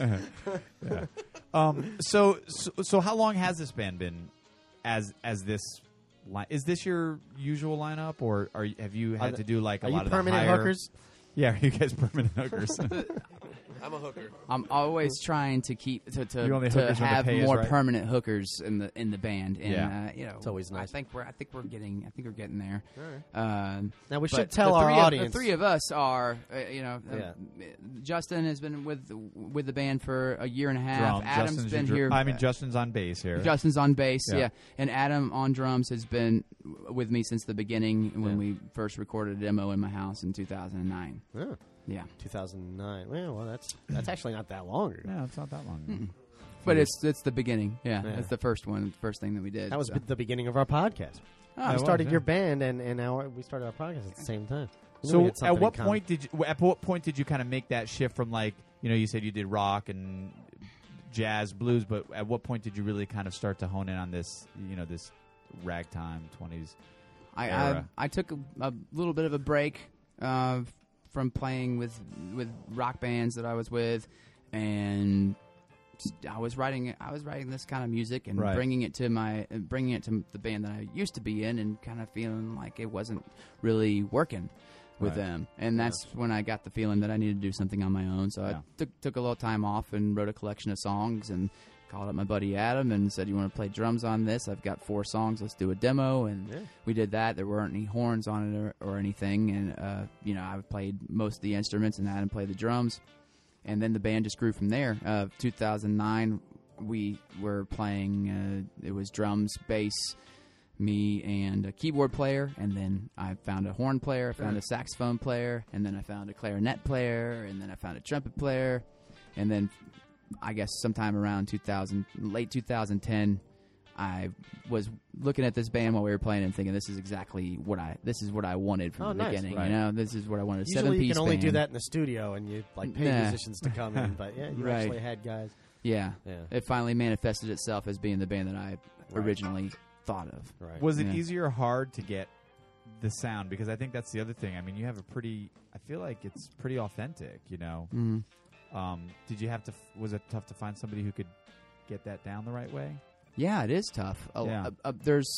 S12: Um, so, so, so how long has this band been as as this? Li- is this your usual lineup, or are you- have you had
S11: Are
S12: to do like a
S11: Are you
S12: lot of the
S11: permanent
S12: higher-
S11: hookers?
S12: Yeah, are you guys permanent hookers?
S1: I'm a hooker.
S4: I'm always trying to keep to
S12: You only
S4: to, to
S12: hookers when the
S4: have
S12: pay is
S4: more
S12: right.
S4: permanent hookers in the in the band, and
S12: Yeah.
S4: uh, you know, it's
S11: always nice.
S4: I think we're I think we're getting I think we're getting there. Um,
S11: Now, we
S4: but
S11: should tell
S4: the
S11: our
S4: three of-
S11: audience-
S4: the three of us are, uh, you know, uh,
S11: Yeah.
S4: Justin has been with with the band for a year and a half.
S12: Drum,
S4: Adam's
S12: Justin's
S4: been
S12: your dr-
S4: here.
S12: I mean, Justin's on bass here.
S4: Justin's on bass,
S12: Yeah.
S4: yeah. and Adam on drums has been w- with me since the beginning when we first recorded a demo in my house in 2009.
S11: Oh,
S4: Yeah,
S11: 2009. Yeah, well, that's that's actually not that long ago.
S12: No, it's not that long.
S4: but it's it's the beginning. Yeah,
S11: Yeah.
S4: that's the first one, first thing that we did.
S11: That was
S4: so.
S11: the beginning of our podcast.
S4: Oh,
S11: I
S12: it was,
S11: started
S12: yeah.
S11: your band, and and our, we started our podcast at the same time. We knew we
S12: So,
S11: had
S12: at
S11: something
S12: what
S11: in common.
S12: point did you, at what point did you kind of make that shift from like you know you said you did rock and jazz blues, but at what point did you really kind of start to hone in on this you know this ragtime twenties?
S4: I, I
S12: era.
S4: I took a, a little bit of a break uh, from playing with with rock bands that I was with, and s- I was writing I was writing this kind of music and
S12: Right.
S4: bringing it to my uh, bringing it to the band that I used to be in, and kind of feeling like it wasn't really working with
S12: Right.
S4: them. And that's when I got the feeling that I needed to do something on my own. So
S12: Yeah.
S4: I took took a little time off and wrote a collection of songs and called up my buddy Adam and said, "You want to play drums on this? I've got four songs. Let's do a demo." And we did that. There weren't any horns on it or, or anything. And uh, you know, I played most of the instruments and Adam played the drums. And then the band just grew from there. Uh, 2009, we were playing. Uh, it was drums, bass, me and a keyboard player, and then I found a horn player, I found a saxophone player, and then I found a clarinet player, and then I found a trumpet player, and then I guess sometime around 2000, late 2010, I was looking at this band while we were playing and thinking, this is exactly what I, this is what I wanted from
S11: Oh,
S4: the
S11: nice.
S4: beginning.
S11: Right.
S4: You know, this is what I wanted. a
S11: Usually,
S4: seven
S11: you
S4: piece
S11: can only do
S4: band.
S11: that in the studio, and you like pay
S4: Nah.
S11: musicians to come in. But yeah, you
S4: Right.
S11: actually had guys.
S4: Yeah.
S11: Yeah.
S4: It finally manifested itself as being the band that I
S11: Right.
S4: originally thought of.
S11: Right.
S12: Was it
S4: Yeah.
S12: easy or hard to get the sound? Because I think that's the other thing. I mean, you have a pretty. I feel like it's pretty authentic. You know,
S4: Mm-hmm.
S12: um, did you have to? f- Was it tough to find somebody who could get that down the right way?
S4: Yeah, it is tough. A-
S12: Yeah.
S4: a- a- there's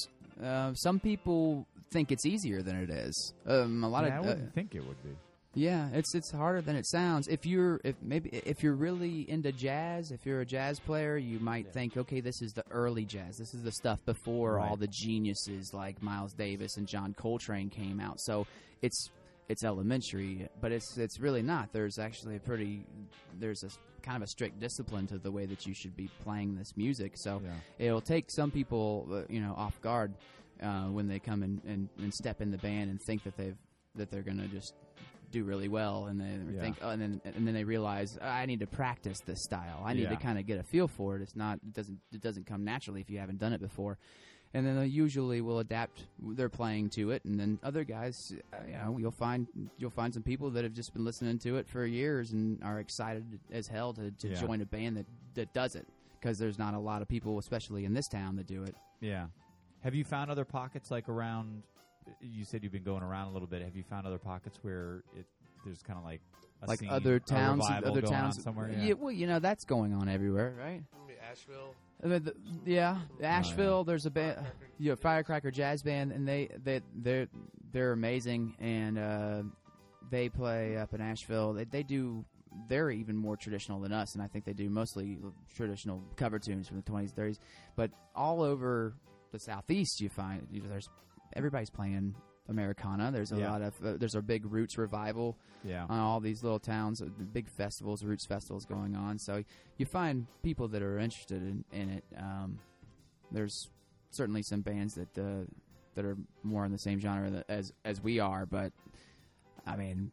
S4: uh, some people think it's easier than it is. Um, a lot
S12: Yeah, I
S4: of uh,
S12: wouldn't think it would be.
S4: yeah, it's it's harder than it sounds. If you're if maybe if you're really into jazz, if you're a jazz player, you might think, okay, this is the early jazz. This is the stuff before
S12: Right.
S4: all the geniuses like Miles Davis and John Coltrane came out. So it's it's elementary, but it's it's really not. There's actually a pretty there's a s- kind of a strict discipline to the way that you should be playing this music. So it'll take some people, uh, you know, off guard uh, when they come and, and, and step in the band and think that they've that they're gonna just do really well, and they
S12: Yeah.
S4: think, oh, and then and then they realize "Oh, I need to practice this style. I need
S12: Yeah.
S4: to kind of get a feel for it. It's not it doesn't it doesn't come naturally if you haven't done it before. And then they usually will adapt their playing to it, and then other guys, uh, you know, you'll find you'll find some people that have just been listening to it for years and are excited as hell to, to
S12: Yeah.
S4: join a band that that does it because there's not a lot of people, especially in this town, that do it.
S12: Yeah. Have you found other pockets like around? You said you've been going around a little bit. Have you found other pockets where it there's kind of like a
S4: like
S12: scene,
S4: other
S12: a
S4: towns,
S12: revival
S4: other
S12: going on
S4: towns
S12: somewhere?
S4: Yeah. well, you know that's going on everywhere, right?
S1: Asheville.
S4: I mean, the, yeah, Asheville. There's a band, you know, Firecracker Jazz Band, and they they they're they're amazing, and uh, they play up in Asheville. They they do. They're even more traditional than us, and I think they do mostly traditional cover tunes from the 20s, 30s. But all over the southeast, you find you know, there's everybody's playing Americana. There's a
S12: Yeah.
S4: lot of uh, there's a big roots revival
S12: Yeah.
S4: on all these little towns, uh, the big festivals, roots festivals going on. So you find people that are interested in, in it. Um, there's certainly some bands that uh, that are more in the same genre that, as as we are, but I mean,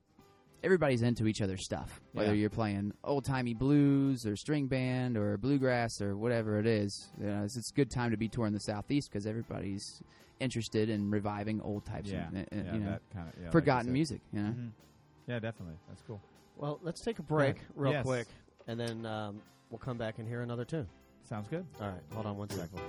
S4: everybody's into each other's stuff. Whether you're playing old timey blues or string band or bluegrass or whatever it is, you know, it's, it's a good time to be touring the southeast because everybody's interested in reviving old types
S12: Yeah,
S4: of uh, uh,
S12: yeah,
S4: you know
S12: that kinda- yeah, like you
S4: forgotten
S12: said.
S4: music. You know,
S12: Mhm. Yeah, definitely. That's cool.
S11: Well, let's take a break
S12: Yeah.
S11: real
S12: Yes.
S11: quick, and then um, we'll come back and hear another tune.
S12: Sounds good.
S11: All right, hold on one second.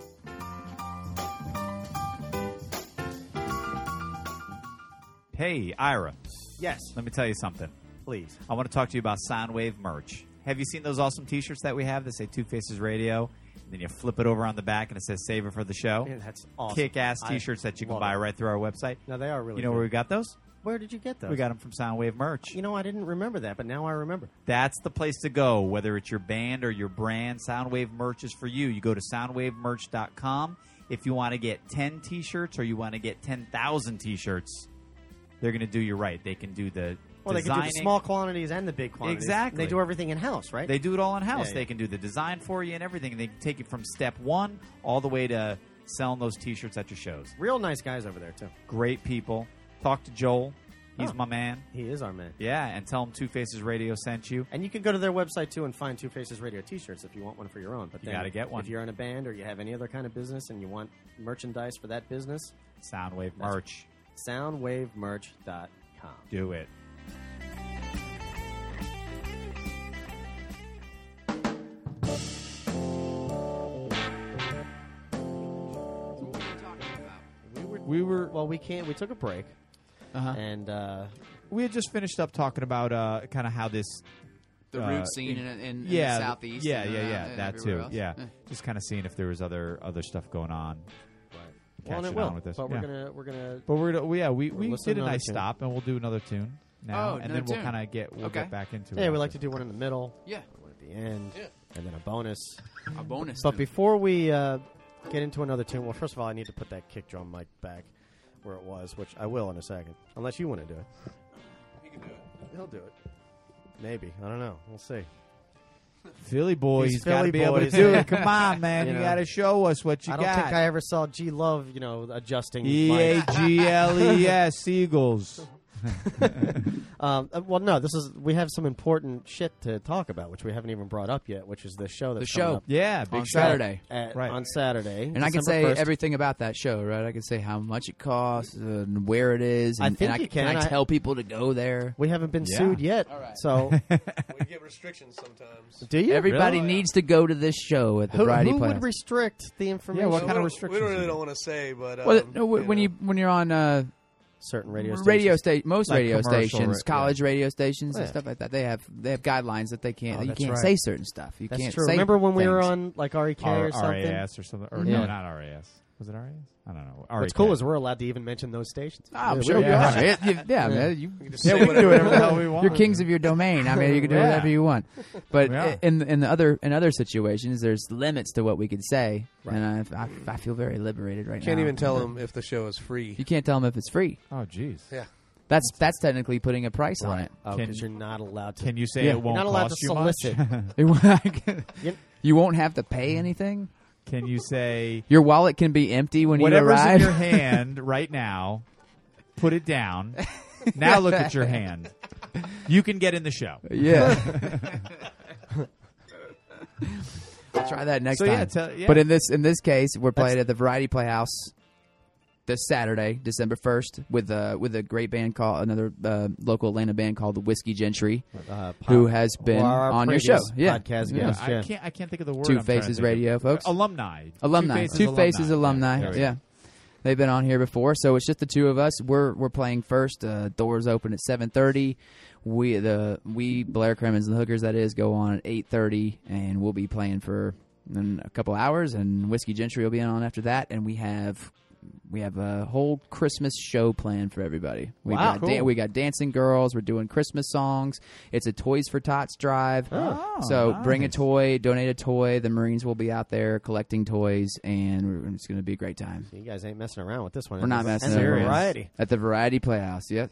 S12: Hey, Ira,
S11: Yes,
S12: let me tell you something.
S11: please.
S12: I want to talk to you about Soundwave merch. Have you seen those awesome T-shirts that we have that say Two Faces Radio? And then you flip it over on the back and it says "Save it for the show."
S11: Man, that's awesome.
S12: Kick-ass
S11: I
S12: T-shirts that you can
S11: love
S12: buy
S11: it.
S12: right through our website.
S11: Now they are really.
S12: you know
S11: good.
S12: where we got those?
S11: Where did you get those?
S12: We got them from Soundwave merch.
S11: You know, I didn't remember that, but now I remember.
S12: That's the place to go, whether it's your band or your brand. Soundwave merch is for you. You go to soundwavemerch.com. If you want to get 10 t shirts or you want to get 10,000 t shirts, they're going to do you right. They can do the
S11: Well, they
S12: designing.
S11: can do the small quantities and the big quantities.
S12: Exactly.
S11: They do everything in house, right?
S12: They do it all in house.
S11: Yeah,
S12: They
S11: yeah.
S12: can do the design for you and everything. They can take you from step one all the way to selling those t shirts at your shows.
S11: Real nice guys over there too.
S12: Great people. Talk to Joel. He's
S11: Huh.
S12: my man.
S11: He is our man.
S12: Yeah, and tell him Two Faces Radio sent you.
S11: And you can go to their website too and find Two Faces Radio T-shirts if you want one for your own. But
S12: You
S11: then
S12: gotta get one.
S11: if you're in a band or you have any other kind of business and you want merchandise for that business.
S12: Soundwave merch.
S11: SoundWaveMerch.com.
S12: Do it.
S11: We were,
S12: We were-
S11: well. We can't. We took a break
S4: Uh-huh.
S11: and uh,
S12: we had just finished up talking about uh, kind of how this
S4: the
S12: uh,
S4: root scene in, in, in
S12: yeah
S4: the southeast.
S12: yeah
S4: and,
S12: yeah
S4: uh,
S12: yeah
S4: and
S12: that
S4: everywhere
S12: too
S4: else.
S12: yeah just kind of seeing if there was other other stuff going on
S11: well, and
S12: Catch
S11: it
S12: it
S11: will.
S12: on with this,
S11: But we're
S12: yeah.
S11: gonna we're gonna
S12: but we're gonna- yeah we,
S11: We'll
S12: we
S11: listen
S12: did a
S11: another
S12: nice
S11: tune.
S12: stop and we'll do another tune now
S4: Oh,
S12: and
S4: another
S12: then we'll
S4: tune.
S12: kind of get we'll
S4: Okay.
S12: get back into it
S11: yeah we
S12: after.
S11: like to do one in the middle,
S4: yeah,
S11: one at the end, and then a bonus.
S4: a bonus.
S11: But
S4: then.
S11: before we uh, get into another tune, well, first of all, I need to put that kick drum mic back where it was, which I will in a second, unless you want to do it. He can do it. He'll do it. Maybe I don't know. We'll see.
S12: Philly boys
S11: These
S12: gotta
S11: Philly
S12: be able to
S11: boys.
S12: do it come on man
S11: You
S12: you,
S11: know.
S12: gotta show us what you
S11: I don't
S12: got
S11: think I ever saw G Love, you know, adjusting.
S12: E A
S11: mics.
S12: G L E S Eagles
S11: Um, uh, well, no, this is we have some important shit to talk about, which we haven't even brought up yet, which is the show that's
S4: The show.
S11: coming up
S12: yeah big
S4: on
S12: show.
S4: Saturday.
S11: at,
S12: Right.
S11: on Saturday,
S4: And I can say
S11: December 1st.
S4: everything about that show, right? I can say how much it costs and where it is. And,
S11: I think
S4: and
S11: you
S4: I,
S11: can. I-
S4: tell people to go there.
S11: we haven't been
S12: Yeah.
S11: sued yet,
S1: All right.
S11: so
S1: we get restrictions sometimes.
S11: do you?
S4: Everybody
S1: Really?
S4: needs to go to this show at the
S11: who
S4: Variety
S11: who
S4: Plant.
S11: would restrict the information?
S12: what kind of
S1: we-
S12: restrictions
S1: We
S12: is
S1: really
S12: it?
S1: don't want to say, but um,
S4: well, no, when you
S1: know,
S4: when you're on uh,
S11: Certain radio
S4: radio,
S11: stations.
S4: sta- most
S12: Like
S4: radio
S12: commercial,
S4: stations,
S12: right,
S4: college radio stations
S11: Yeah.
S4: and stuff like that, they have they have guidelines that they can't
S11: Oh,
S4: you
S11: that's
S4: can't
S11: right.
S4: say certain stuff. You
S11: That's
S4: can't
S11: true.
S4: say
S11: Remember when we were
S4: things. E
S11: on like REK
S12: R-
S11: or something?
S12: RAS or something or
S11: Yeah.
S12: no not RAS was it RAS I don't know
S11: What's
S12: RAK.
S11: cool is we're allowed to even mention those stations.
S4: Oh, I'm
S11: Yeah,
S4: sure
S11: we
S4: you
S11: don't-
S4: are. It- you- yeah, man, you,
S1: just
S12: yeah
S1: say
S12: we can do
S1: whatever.
S12: whatever the hell we want
S4: You're kings of your domain. I mean, you can do
S12: Yeah.
S4: whatever you want. But
S12: Yeah.
S4: in in the other in other situations, there's limits to what we can say, and I, I, I feel very liberated right
S1: you
S4: now.
S1: can't even tell them if the show is free.
S4: You can't tell them if it's free.
S12: oh jeez
S1: Yeah.
S4: That's that's technically putting a price on it.
S11: Oh,
S12: Can-
S11: because you're not allowed to.
S12: Can you say
S4: Yeah.
S12: it
S11: you're
S12: won't
S11: not allowed to
S12: cost you
S11: solicit.
S12: much?
S11: Yep.
S4: you won't have to pay anything.
S12: Can you say
S4: Your wallet can be empty when you
S12: whatever's in
S4: arrive.
S12: your hand right now? Put it down. Now look at your hand. You can get in the show.
S4: Yeah. I'll try that next
S12: So, yeah,
S4: time.
S12: tell- yeah.
S4: But in this in this case, we're playing at the Variety Playhouse this Saturday, December first, with a with a great band called another uh, local Atlanta band called the Whiskey Gentry,
S11: Uh,
S4: who
S11: pop-
S4: has been
S11: who are our
S4: on your show.
S11: previous
S4: Yeah,
S11: podcast
S4: yeah.
S11: guests.
S12: I
S11: Yeah.
S12: can't. I can't think of the word.
S4: Two
S12: I'm trying to
S4: Faces
S12: think of.
S4: Radio, folks.
S12: Alumni.
S4: alumni, Two Faces alumni.
S12: There we go.
S4: yeah. They've been on here before, so it's just the two of us. We're we're playing first. Uh, doors open at seven thirty. We the we Blair Cremens and the Hookers that is go on at eight thirty, and we'll be playing for mm, a couple hours. And Whiskey Gentry will be on after that, and we have we have a whole Christmas show planned for everybody. We
S11: Wow,
S4: got
S11: cool.
S4: we got dancing girls. We're doing Christmas songs. It's a Toys for Tots drive. so bring a
S12: nice.
S4: toy, donate a toy. The Marines will be out there collecting toys, and we're- it's going to be a great time.
S11: You guys ain't messing around with this one.
S4: We're not messing
S11: and the
S4: around.
S11: Variety.
S4: At the Variety Playhouse, yep.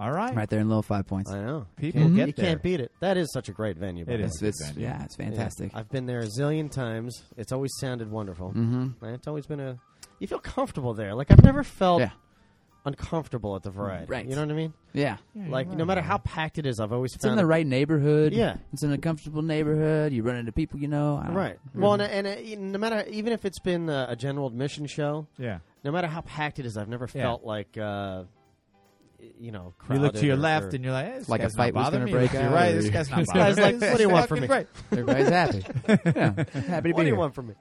S12: All right.
S4: Right there in Little Five Points.
S11: I know.
S12: People
S11: Can't-
S12: get
S11: you
S12: there.
S11: can't beat it. That is such a great venue. by
S12: It
S11: the
S12: is.
S11: way.
S4: It's, it's-
S12: venue.
S4: yeah, it's
S11: Yeah.
S4: fantastic.
S11: I've been there a zillion times. It's always sounded wonderful.
S4: hmm
S11: And It's always been a. You feel comfortable there. Like I've never felt
S4: Yeah.
S11: uncomfortable at the variety.
S4: Right.
S11: You know what I mean?
S4: Yeah.
S11: like no matter how packed it is, I've always
S4: It's
S11: found
S4: in the
S11: it-
S4: right neighborhood.
S11: Yeah.
S4: It's in a comfortable neighborhood. You run into people you know. I don't-
S11: Right. Well, and, and, and no matter even if it's been uh, a general admission show,
S12: Yeah.
S11: No matter how packed it is, I've never
S12: Yeah.
S11: felt like uh, you know.
S12: You
S11: Crowded
S12: look to your
S11: or-
S12: left
S11: or-
S12: and you're like, hey, this
S4: Like a
S12: guy's
S4: fight was
S12: not bothering
S4: gonna
S12: me.
S4: break
S12: You're
S4: out,
S12: right.
S4: or-
S12: This guy's not
S4: This
S12: bothering
S11: guy's
S12: me.
S11: like,
S12: This
S11: what do you want
S12: guy's
S11: from me?
S12: great.
S4: Everybody's happy. Yeah. Happy to
S11: what
S4: be
S11: do you
S4: here.
S11: want from me?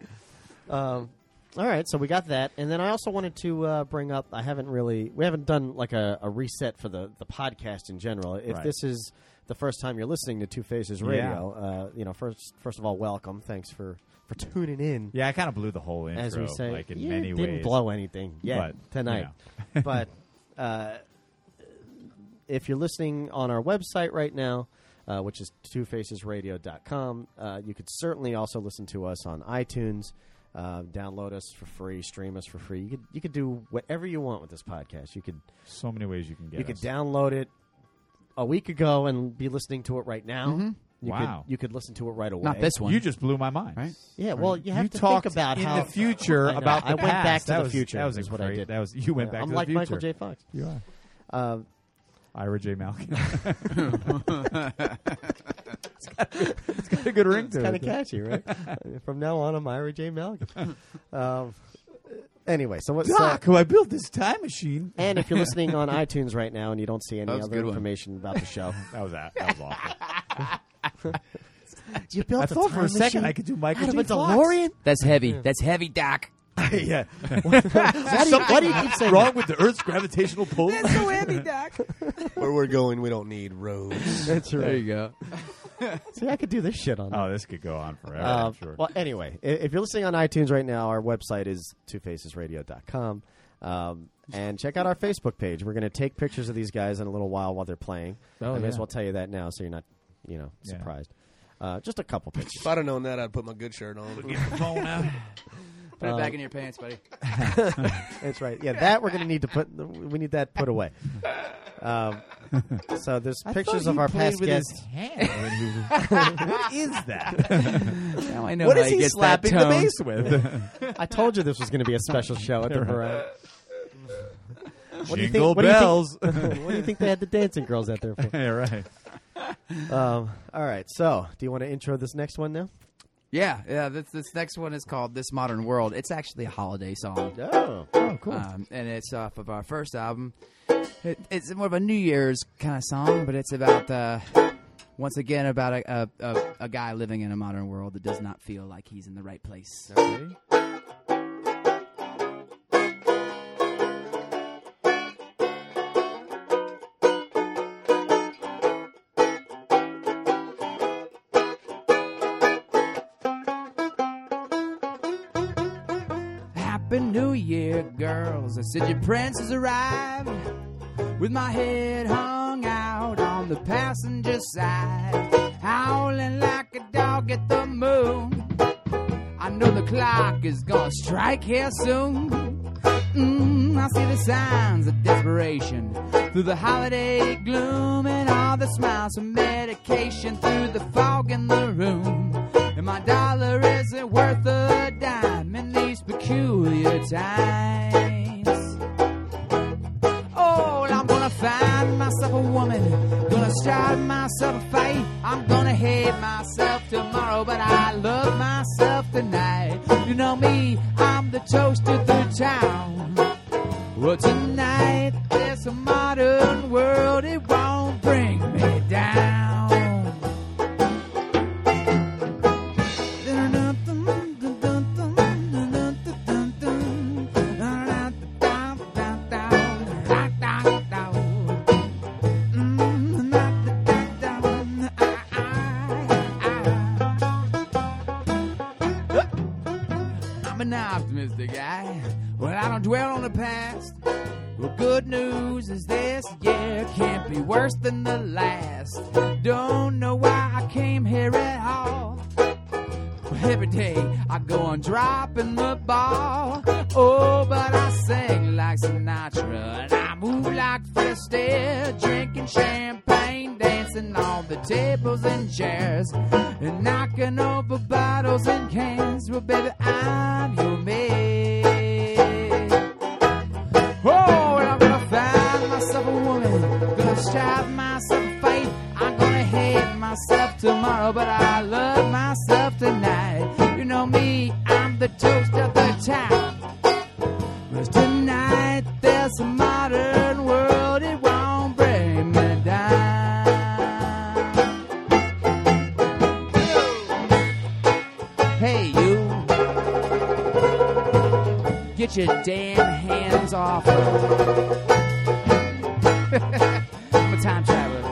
S11: Um, all right, so we got that, and then I also wanted to uh, bring up. I haven't really, we haven't done like a, a reset for the the podcast in general. If
S12: Right.
S11: this is the first time you're listening to Two Faces Radio, uh, you know, first first of all, welcome. Thanks for for tuning in.
S12: Yeah, I kind of blew the whole intro,
S11: as we say,
S12: like in
S11: Yeah,
S12: many
S11: didn't
S12: ways.
S11: blow anything yet
S12: But,
S11: tonight. but uh, if you're listening on our website right now, uh, which is twofacesradio.com, uh, you could certainly also listen to us on iTunes. Uh, download us for free, stream us for free. You could you could do whatever you want with this podcast. You could
S12: So many ways you can get
S11: you could
S12: us.
S11: download it a week ago and be listening to it right now. You
S12: Wow.
S11: could, you could listen to it right away.
S4: Not this one.
S12: you just blew my mind.
S4: Right?
S11: Yeah, well, you have
S12: you
S11: to
S12: talked
S11: think about
S12: in
S11: how
S12: the future
S11: I know.
S12: about the
S11: I went back
S12: past.
S11: to
S12: That
S11: the
S12: was-
S11: future.
S12: That was
S11: is what
S12: great.
S11: I did.
S12: That was you went
S11: Yeah,
S12: back
S11: I'm
S12: to
S11: like
S12: the future.
S11: Michael J. Fox.
S12: You are
S11: Uh,
S12: Ira J. Malkin. it's, got, a good ring to
S11: kind of
S12: it.
S11: catchy, right? From now on, I'm Ira J. Malkin. um, anyway, so what's
S12: Doc, who I built this time machine.
S11: and if you're listening on iTunes right now and you don't see any
S4: That was a
S11: other
S4: good one.
S11: information about the show,
S12: That was that. That was awful.
S11: you built
S12: I thought for a second I could do Michael
S11: out of
S12: J.
S11: a
S12: Fox.
S11: DeLorean.
S4: That's heavy. That's heavy, Doc.
S12: yeah.
S11: Why do, you, why do you keep saying
S12: Wrong with the Earth's gravitational pull?
S1: Where we're going, we don't need roads.
S11: that's right?
S4: you go.
S11: See, I could do this shit on.
S12: oh, this could go on forever.
S11: Uh,
S12: I'm sure.
S11: Well, anyway, i- if you're listening on iTunes right now, our website is twofacesradio.com. Um, and check out our Facebook page. We're going to take pictures of these guys in a little while while they're playing.
S12: Oh,
S11: I may as
S12: yeah.
S11: well tell you that now so you're not, you know,
S12: Yeah.
S11: surprised. Uh, just a couple pictures.
S1: If I'd have known that, I'd put my good shirt on.
S4: Put it back in your pants, buddy.
S11: That's right. Yeah, that we're going to need to put. We need that put away. Um, so there's pictures of our past guests.
S12: what is that?
S4: Now I know
S12: What
S4: how
S12: is
S4: he
S12: he
S4: gets that
S12: slapping the
S4: tone.
S12: bass with?
S11: I told you this was going to be a special show at the Variety. What do you
S12: Jingle
S11: think? What do you think-
S12: bells.
S11: what do you think they had the dancing girls out there for?
S12: yeah, right.
S11: Um, all right. So, do you want to intro this next one now?
S4: Yeah, yeah. This, this next one is called "This Modern World." It's actually a holiday song.
S11: Oh,
S4: Um, and it's off of our first album. It, it's more of a New Year's kind of song, but it's about uh, once again about a, a, a, a guy living in a modern world that does not feel like he's in the right place. Happy New Year, girls. I said your prince has arrived with my head hung out on the passenger side, howling like a dog at the moon. I know the clock is gonna strike here soon. Mm, I see the signs of desperation through the holiday gloom and all the smiles from medication through the fog in the room. And my dollar isn't worth a dime in these peculiar times. Oh, I'm gonna find myself a woman. Gonna start myself a fight. I'm gonna hate myself tomorrow, but I love myself tonight. You know me, I'm the toaster through town. Well, tonight, this modern world, it won't bring me down. I'm an optimistic guy. Well, I don't dwell on the past. Well, good news is this year can't be worse than the last. Don't know why I came here at all. Every day I go on dropping the ball. Oh, but I sing like Sinatra and I move like Fred Astaire, drinking champagne, dancing on the tables and chairs, and knocking over bottles and cans. Well, baby, I'm your maid. Oh, and I'm gonna find stab myself in faith. I'm gonna hate myself tomorrow, but I love myself tonight. You know me, I'm the toast of the town. Cause tonight there's a modern world, it won't bring me down. Hey, you. Get your damn hands off. I'm a time traveler.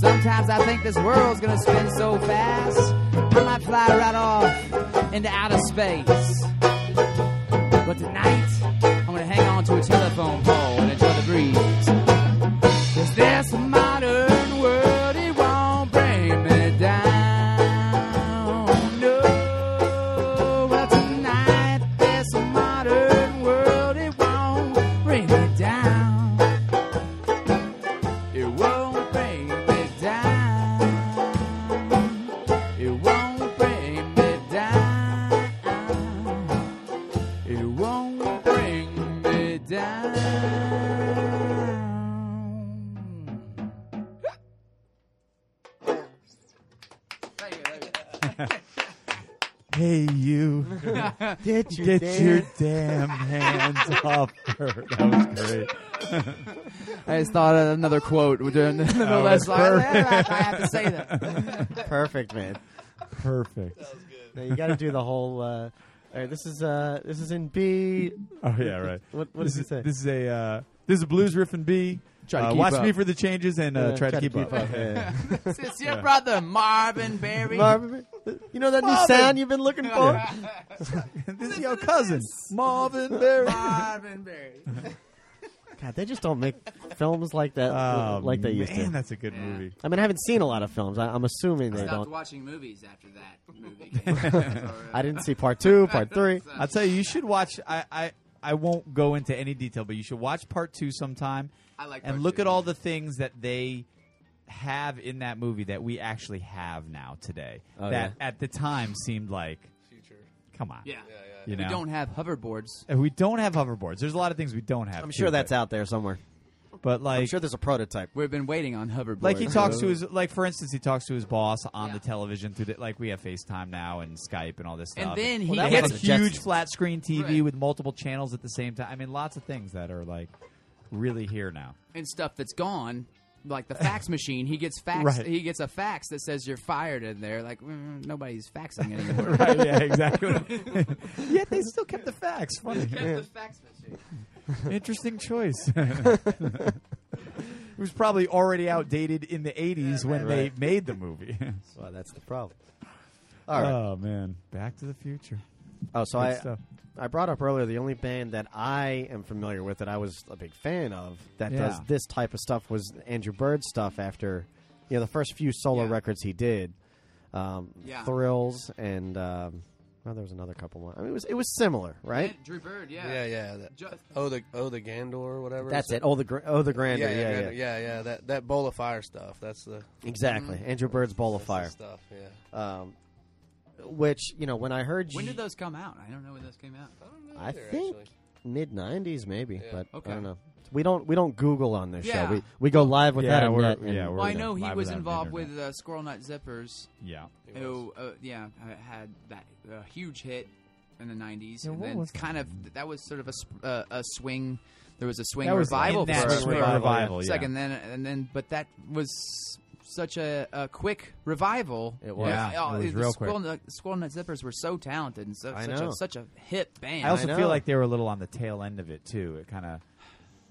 S4: Sometimes I think this world's gonna spin so fast, I might fly right off into outer space. But tonight, I'm gonna hang on to a telephone pole and enjoy the breeze. Cause this modern world, it won't bring me down. No, well, tonight, this modern world, it won't bring me down. It won't bring me down. It won't bring me down. It won't bring me down.
S12: Hey, you.
S11: Did
S12: Get your damn hands off her. That was great.
S4: I just thought of another quote during the middle of that slide. I have to say that.
S11: Perfect, man.
S12: Perfect.
S11: Now you got to do the whole. Uh, all right, this is uh, this is in B.
S12: Oh, yeah, right.
S11: What- what
S12: this
S11: does it
S12: is-
S11: say?
S12: This is a, uh, this is a blues riff and B.
S4: Try to
S12: uh,
S4: keep
S12: watch
S4: up.
S12: me for the changes and uh,
S11: Uh,
S12: try, to keep, up.
S11: Yeah.
S4: It's your brother, Marvin Berry.
S11: Marvin, you know that new sound you've been looking for?
S12: this is your cousin, Marvin Berry.
S4: Marvin Berry.
S11: God, they just don't make films like that
S12: Oh,
S11: like they used
S12: man,
S11: to.
S12: that's a good movie.
S11: I mean, I haven't seen a lot of films. I, I'm assuming they
S4: Stopped
S11: don't.
S4: watching movies after that movie. uh,
S11: I didn't see part two, part three.
S12: I'll tell you, you should watch. I, I I won't go into any detail, but you should watch part two sometime.
S4: I like
S12: and
S4: part
S12: look
S4: two.
S12: at all the things that they have in that movie that we actually have now today.
S11: Oh,
S12: that at the time seemed like future. Come on,
S4: Yeah.
S12: You know?
S4: We don't have hoverboards.
S12: And we don't have hoverboards. There's a lot of things we don't have.
S11: I'm
S12: too,
S11: sure that's
S12: but,
S11: out there somewhere.
S12: But like,
S11: I'm sure there's a prototype.
S4: We've been waiting on hoverboards.
S12: like he talks to his like for instance he talks to his boss on
S4: Yeah.
S12: the television through the, like we have FaceTime now and Skype and all this
S4: And
S12: stuff.
S4: then he
S12: They
S4: Well,
S11: that
S12: had
S11: was
S12: a
S11: on the
S12: huge
S11: Jetsons.
S12: flat screen TV
S4: Right.
S12: with multiple channels at the same time. I mean lots of things that are like really here now.
S4: and stuff that's gone, like the fax machine. He gets fax.
S12: Right.
S4: He gets a fax that says you're fired in there. Like mm, nobody's faxing anymore.
S12: right, yeah, exactly. Yet they still kept the facts. Funny.
S4: The fax machine.
S12: Interesting choice. it was probably already outdated in the 80s when they made the movie.
S11: Well, that's the problem. All right.
S12: Oh man, Back to the Future.
S11: oh, so
S12: good
S11: I
S12: stuff.
S11: I brought up earlier the only band that I am familiar with that I was a big fan of that
S12: Yeah.
S11: does this type of stuff was Andrew Bird stuff after you know the first few solo
S4: Yeah.
S11: records he did, um,
S4: Yeah.
S11: Thrills and um, well, there was another couple more. I mean, it was it was similar, right?
S4: Drew Bird. Yeah.
S1: Yeah, yeah. that-
S4: Ju-
S1: oh, the oh the Gandor or whatever.
S11: That's
S1: So-
S11: it. Oh, the gr- oh the grander,
S1: Yeah,
S11: yeah,
S1: yeah,
S11: yeah,
S1: Gandor. yeah, yeah. That that bowl of fire stuff. That's the
S11: exactly.
S4: Mm.
S11: Andrew Bird's Bowl
S1: that's the
S11: of Fire,
S1: stuff. Yeah.
S11: um, which you know when I heard
S4: When
S11: you,
S4: did those come out? I don't know when those came out.
S11: I
S1: either,
S11: think
S1: actually.
S11: mid '90s maybe, but
S4: Okay.
S11: I don't know. We don't we don't Google on this
S4: Yeah.
S11: show. We we go live with
S12: Yeah,
S11: that.
S12: we're-
S11: and,
S12: yeah, we're-
S4: Well, I
S12: Bird,
S4: know he
S12: live
S4: was
S12: without an
S4: involved
S12: internet.
S4: with uh, Squirrel Nut Zippers.
S12: Yeah.
S4: Who, uh, yeah, uh, had that uh, huge hit in the '90s, and
S12: what
S4: then
S12: was that?
S4: kind of that was sort of a sp- uh, a swing. There was a swing
S12: That was
S4: revival
S12: in that
S4: for a
S12: swing
S4: minute.
S12: revival, yeah.
S4: Second, then and then, but that was such a, a quick revival.
S11: It was.
S12: Yeah,
S4: Oh,
S12: it was
S4: the
S12: real
S4: Squirrel Nut, Squirrel Nut Zippers were so talented and so,
S11: I
S4: such
S11: know.
S4: a such a hit band.
S12: I also
S11: know.
S12: feel like they were a little on the tail end of it too. It kind of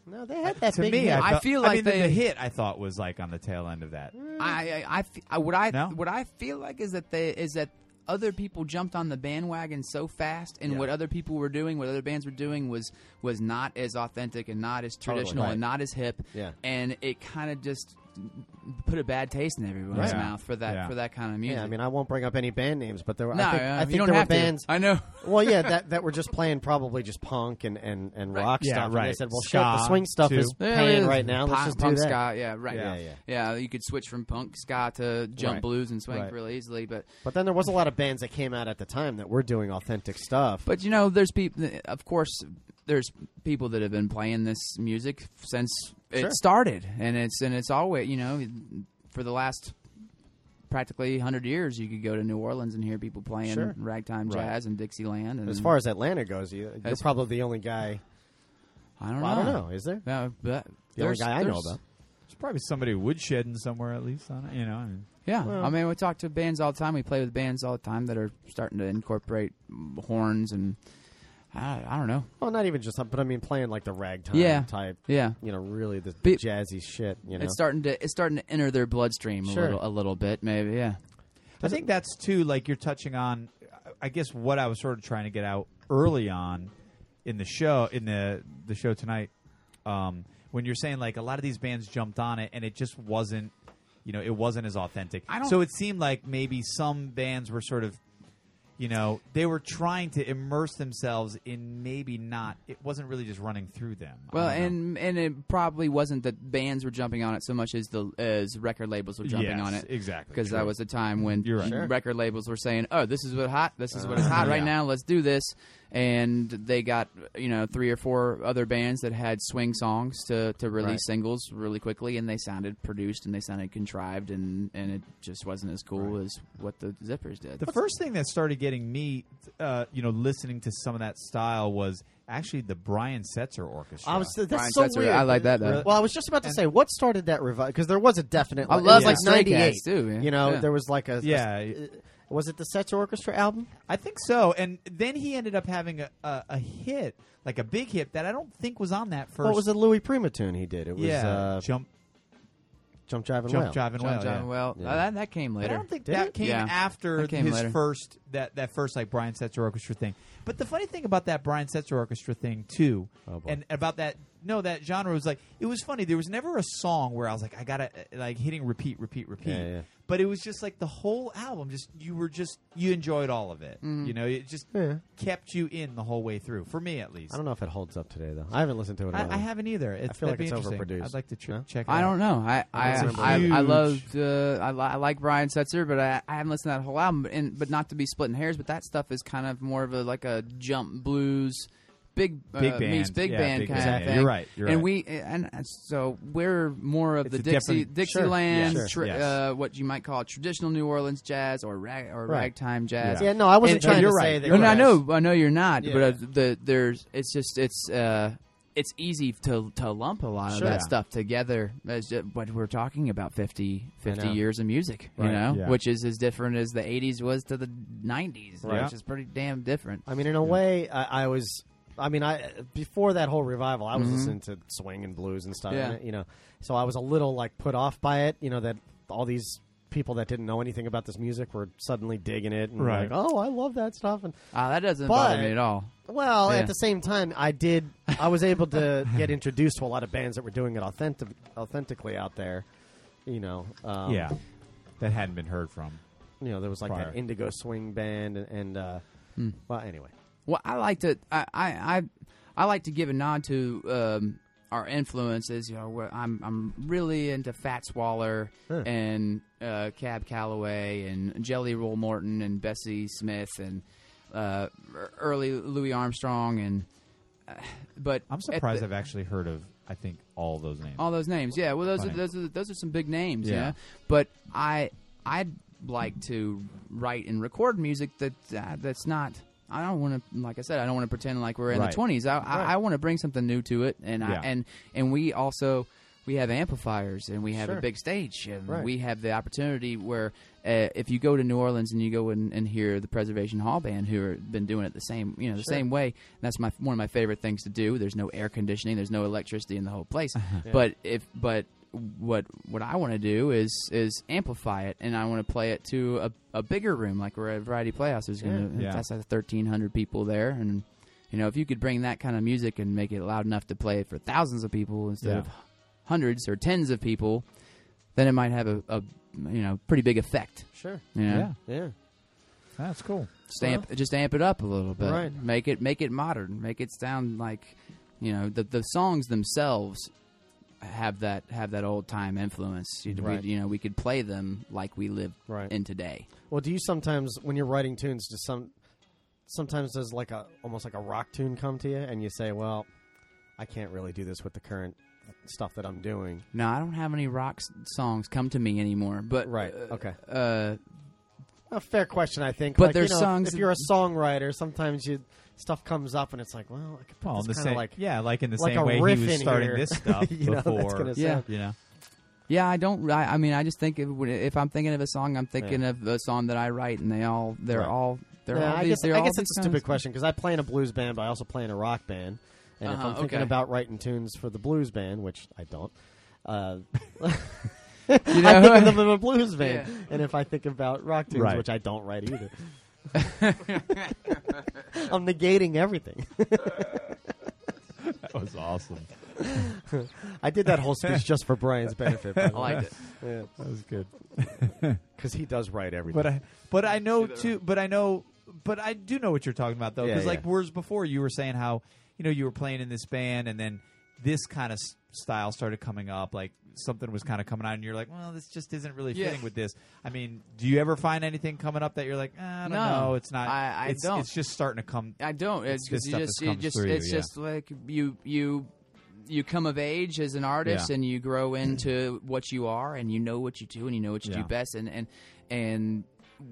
S11: No, they had that
S12: to
S11: big
S12: me,
S11: hit.
S12: I,
S4: I
S12: felt-
S4: feel
S12: I
S4: like
S12: mean, the- the
S4: they-
S12: hit I thought was like on the tail end of that.
S4: I, I, I fe- I- what I
S12: No?
S4: what I feel like is that they is that other people jumped on the bandwagon so fast, and
S12: Yeah.
S4: what other people were doing, what other bands were doing, was was not as authentic and not as traditional
S11: Right.
S4: and not as hip.
S11: Yeah.
S4: and it kind of just put a bad taste in everyone's
S12: Right.
S4: mouth for that
S12: Yeah.
S4: for that kind of music.
S11: Yeah, I mean, I won't bring up any band names, but there were.
S4: No,
S11: I think,
S4: yeah,
S11: I
S4: you
S11: think
S4: don't
S11: there were
S4: have to.
S11: bands.
S4: I know.
S11: well, yeah, that that were just playing probably just punk and and and
S4: Right.
S11: rock
S12: Yeah,
S11: stuff. And
S12: right.
S11: they said, well,
S12: Ska,
S11: shit, the swing stuff
S12: too.
S11: is
S4: Yeah,
S11: playing
S4: yeah,
S11: right now. Let's
S4: punk,
S11: just do
S4: punk
S11: that.
S4: ska, yeah, right.
S11: Yeah, yeah.
S4: You could switch from punk ska to jump
S11: Right.
S4: blues and swing
S12: Right.
S4: real easily, but
S11: But then there was a lot of bands that came out at the time that were doing authentic stuff.
S4: But you know, there's people. Of course, there's people that have been playing this music since it started, and it's and it's always you know, for the last practically hundred years, you could go to New Orleans and hear people playing
S11: Sure.
S4: ragtime
S11: Right.
S4: jazz and Dixieland. And
S11: as far as Atlanta goes, you, you're
S4: As-
S11: probably the only guy.
S4: I don't know,
S11: Well, I don't know. Is there
S4: No, but
S11: the only
S4: there's-
S11: guy I know
S4: there's-
S11: about?
S12: There's probably somebody woodshedding somewhere at least on it. You know, I mean,
S4: Yeah, I mean, we talk to bands all the time. We play with bands all the time that are starting to incorporate horns and I, I don't know.
S11: Well, not even just, but I mean, playing like the ragtime
S4: Yeah.
S11: type.
S4: Yeah,
S11: You know, really the
S4: Be-
S11: jazzy shit. You know,
S4: it's starting to it's starting to enter their bloodstream
S11: Sure.
S4: a little a little bit maybe. Yeah.
S12: I think that's too like you're touching on. I guess what I was sort of trying to get out early on in the show in the the show tonight um, when you're saying like a lot of these bands jumped on it and it just wasn't you know it wasn't as authentic.
S4: I don't-
S12: so it seemed like maybe some bands were sort of you know they were trying to immerse themselves in maybe not it wasn't really just running through them. I
S4: Well,
S12: don't know.
S4: and and it probably wasn't that bands were jumping on it so much as the as record labels were jumping
S12: Yes,
S4: on it
S12: exactly
S4: because
S12: true.
S4: that was a time when
S12: You're right. Sure.
S4: record labels were saying, "Oh, this is what hot, this is what is hot right
S12: yeah.
S4: now. Let's do this." And they got you know three or four other bands that had swing songs to to release
S11: Right.
S4: singles really quickly, and they sounded produced and they sounded contrived, and and it just wasn't as cool as what the Zippers did.
S12: The first thing that started getting me, uh, you know, listening to some of that style was actually the Brian Setzer Orchestra.
S11: I was that's
S4: Brian
S11: so
S4: Setzer,
S11: weird.
S4: I like that, though.
S11: Well, I was just about to say what started that revival because there was a definite.
S4: I
S11: it was
S4: love, like, Stray
S11: '98
S4: Cats, too, yeah.
S11: You know,
S4: Yeah.
S11: there was like a
S12: Yeah.
S11: a- was it the Setzer Orchestra album?
S12: I think so. And then he ended up having a, a, a hit, like a big hit, that I don't think was on that first.
S11: What was the Louis Prima tune he did? It was
S12: Yeah,
S11: uh,
S12: jump,
S11: Jump Jive and
S12: jump,
S11: Wail.
S12: jive and
S4: John
S12: Wail,
S4: John
S12: yeah.
S4: well,
S11: Yeah.
S4: that, that came
S12: But
S4: later.
S12: I don't think
S11: Did
S12: that
S11: it?
S12: came
S4: Yeah.
S12: after
S4: That came
S12: his
S4: later.
S12: first that that first like Brian Setzer orchestra thing. But the funny thing about that Brian Setzer orchestra thing too,
S11: Oh, boy.
S12: and about that no that genre was like it was funny. There was never a song where I was like I gotta uh, like hitting repeat, repeat, repeat.
S11: Yeah, yeah.
S12: But it was just like the whole album. Just you were just you enjoyed all of it. You know, it just
S11: Yeah.
S12: kept you in the whole way through. For me at least,
S11: I don't know if it holds up today though. I haven't listened to it. in a
S12: I,
S11: while.
S12: I haven't either. It's,
S11: feel like
S12: that'd be
S11: it's
S12: interesting.
S11: overproduced.
S12: I'd like to tr-
S11: No?
S12: check. It
S4: I
S12: out.
S4: don't know. I I
S12: That's a
S4: I, I
S12: huge-
S4: loved uh, I, li- I like Brian Setzer, but I, I haven't listened to that whole album. And but not to be splitting hairs, but that stuff is kind of more of a like a jump blues, big uh,
S12: Big band.
S4: meets big
S12: Yeah,
S4: band
S12: big
S4: kind
S12: band.
S4: of
S12: Yeah,
S4: thing.
S12: you're right, you're
S4: and
S12: right.
S4: we and and so we're more of
S12: It's
S4: the
S12: a
S4: Dixie
S12: different-
S4: Dixieland,
S12: Sure, yes,
S4: tra-
S12: yes.
S4: uh, what you might call traditional New Orleans jazz or rag or
S11: Right.
S4: ragtime jazz.
S11: Yeah, no, I wasn't
S4: And-
S11: trying
S12: you're
S11: to say
S12: right,
S11: that.
S12: you're
S4: No, no, I
S12: right.
S4: know, I know you're not, but
S11: Yeah.
S4: uh, the there's it's just it's uh it's easy to to lump a lot of
S11: Sure.
S4: that
S11: Yeah.
S4: stuff together as ju- but we're talking about 50, 50
S11: know.
S4: years of music, you
S11: Right,
S4: know,
S12: yeah.
S4: which is as different as the 80s was to the 90s,
S12: Right.
S4: which is pretty damn different.
S11: I mean, in a way, I, I was. I mean, I before that whole revival, I was
S12: Mm-hmm.
S11: listening to swing and blues and stuff.
S4: Yeah.
S11: and, you know, so I was a little like put off by it. You know that all these people that didn't know anything about this music were suddenly digging it and like,
S12: Right.
S11: oh, I love that stuff. And
S4: Ah, that doesn't
S11: But-
S4: bother me at all.
S11: well,
S4: Yeah.
S11: at the same time, I did. I was able to get introduced to a lot of bands that were doing it authentic, authentically out there. You know, um,
S12: Yeah, that hadn't been heard from.
S11: You know, there was like
S12: Prior. Hmm.
S11: that Indigo Swing Band and, and uh, well, anyway,
S4: Well, I like to I I I, I like to give a nod to um, our influences. You know, where I'm I'm really into Fats Waller and uh, Cab Calloway and Jelly Roll Morton and Bessie Smith and uh, er- early Louis Armstrong and. Uh, but
S12: I'm
S4: at
S12: surprised
S4: the-
S12: I've actually heard of. I think all those names.
S4: all those names. Yeah, well, those are,
S12: Funny.
S4: those are those are some big names.
S12: Yeah.
S4: Yeah, but I I'd like to write and record music that uh, that's not. I don't want to, like I said, I don't want to pretend like we're in
S12: Right.
S4: the twenties. I I, I want to bring something new to it, and
S12: Yeah.
S4: I, and and we also we have amplifiers and we have a
S11: Sure.
S4: big stage and
S11: Right.
S4: we have the opportunity where uh, if you go to New Orleans and you go and, and hear the Preservation Hall band who have been doing it the same you know the same way and that's my one of my favorite things to do there's no air conditioning there's no electricity in the whole place but if but what what I want to do is is amplify it and I want to play it to a, a bigger room like where a variety playhouse is going to
S12: Yeah.
S4: that's like 1300 people there and you know if you could bring that kind of music and make it loud enough to play it for thousands of people instead
S12: Yeah.
S4: of hundreds or tens of people then it might have a, a you know pretty big effect.
S11: Sure.
S4: You know?
S12: Yeah.
S11: Yeah.
S12: That's cool.
S4: Just amp, just amp it up a little bit.
S11: Right.
S4: Make it make it modern. Make it sound like, you know, the the songs themselves have that have that old time influence. You,
S11: Right.
S4: we, you know, we could play them like we live
S11: Right.
S4: in today.
S11: Well, do you sometimes when you're writing tunes, just some sometimes does like a almost like a rock tune come to you, and you say, "Well, I can't really do this with the current stuff that I'm doing."
S4: No, I don't have any rock s- songs come to me anymore. But
S11: Right,
S4: uh,
S11: okay.
S4: Uh,
S11: A fair question, I think.
S4: But
S11: like, you
S4: there's
S11: know, if-
S4: songs
S11: If
S4: that-
S11: you're a songwriter, sometimes you stuff comes up, and it's like, "Well, I could put
S12: Well, in the
S11: this kind
S12: same,
S11: of like
S12: yeah, like in the
S11: like
S12: same
S11: a
S12: way
S11: riff
S12: he was
S11: in
S12: starting
S11: here.
S12: this stuff
S11: You know, that's
S12: before.
S11: gonna
S4: Yeah.
S12: You know,
S4: yeah, I don't. I, I mean, I just think if, if I'm thinking of a song, I'm thinking of a song that I write, and they all they're
S12: Right.
S4: all they're
S11: Yeah,
S4: all
S11: I
S4: these.
S11: guess,
S4: they're
S11: I
S4: all
S11: guess
S4: these
S11: it's a
S4: kinds
S11: stupid
S4: of-
S11: question because I play in a blues band, but I also play in a rock band. And if
S4: Uh-huh,
S11: I'm thinking
S4: okay.
S11: about writing tunes for the blues band, which I don't, uh,
S4: You
S11: I
S4: know?
S11: think of them in a blues band.
S4: Yeah.
S11: And if I think about rock tunes,
S12: Right.
S11: which I don't write either, I'm negating everything.
S12: that was awesome.
S11: I did that whole speech just for Brian's benefit. I
S4: I liked it.
S12: That was good.
S11: because he does write everything.
S12: But I, but I know too. But I know, but I do know what you're talking about though,
S11: Yeah,
S12: because
S11: yeah.
S12: like words before, you were saying how you know you were playing in this band, and then this kind of style started coming up, like something was kind of coming out, and you're like, well, this just isn't really
S4: Yeah.
S12: fitting with this. I mean, do you ever find anything coming up that you're like, eh, I don't
S4: No,
S12: know, it's not.
S4: I- I
S12: it's,
S4: don't.
S12: It's just starting to come.
S4: I don't.
S12: It's
S4: It's
S12: good
S4: because you
S12: stuff
S4: just,
S12: that
S4: you
S12: comes
S4: just
S12: through you,
S4: it's
S12: yeah.
S4: just like you you you come of age as an artist
S12: Yeah.
S4: and you grow into what you are and you know what you do and you know what you
S12: Yeah.
S4: do best and and and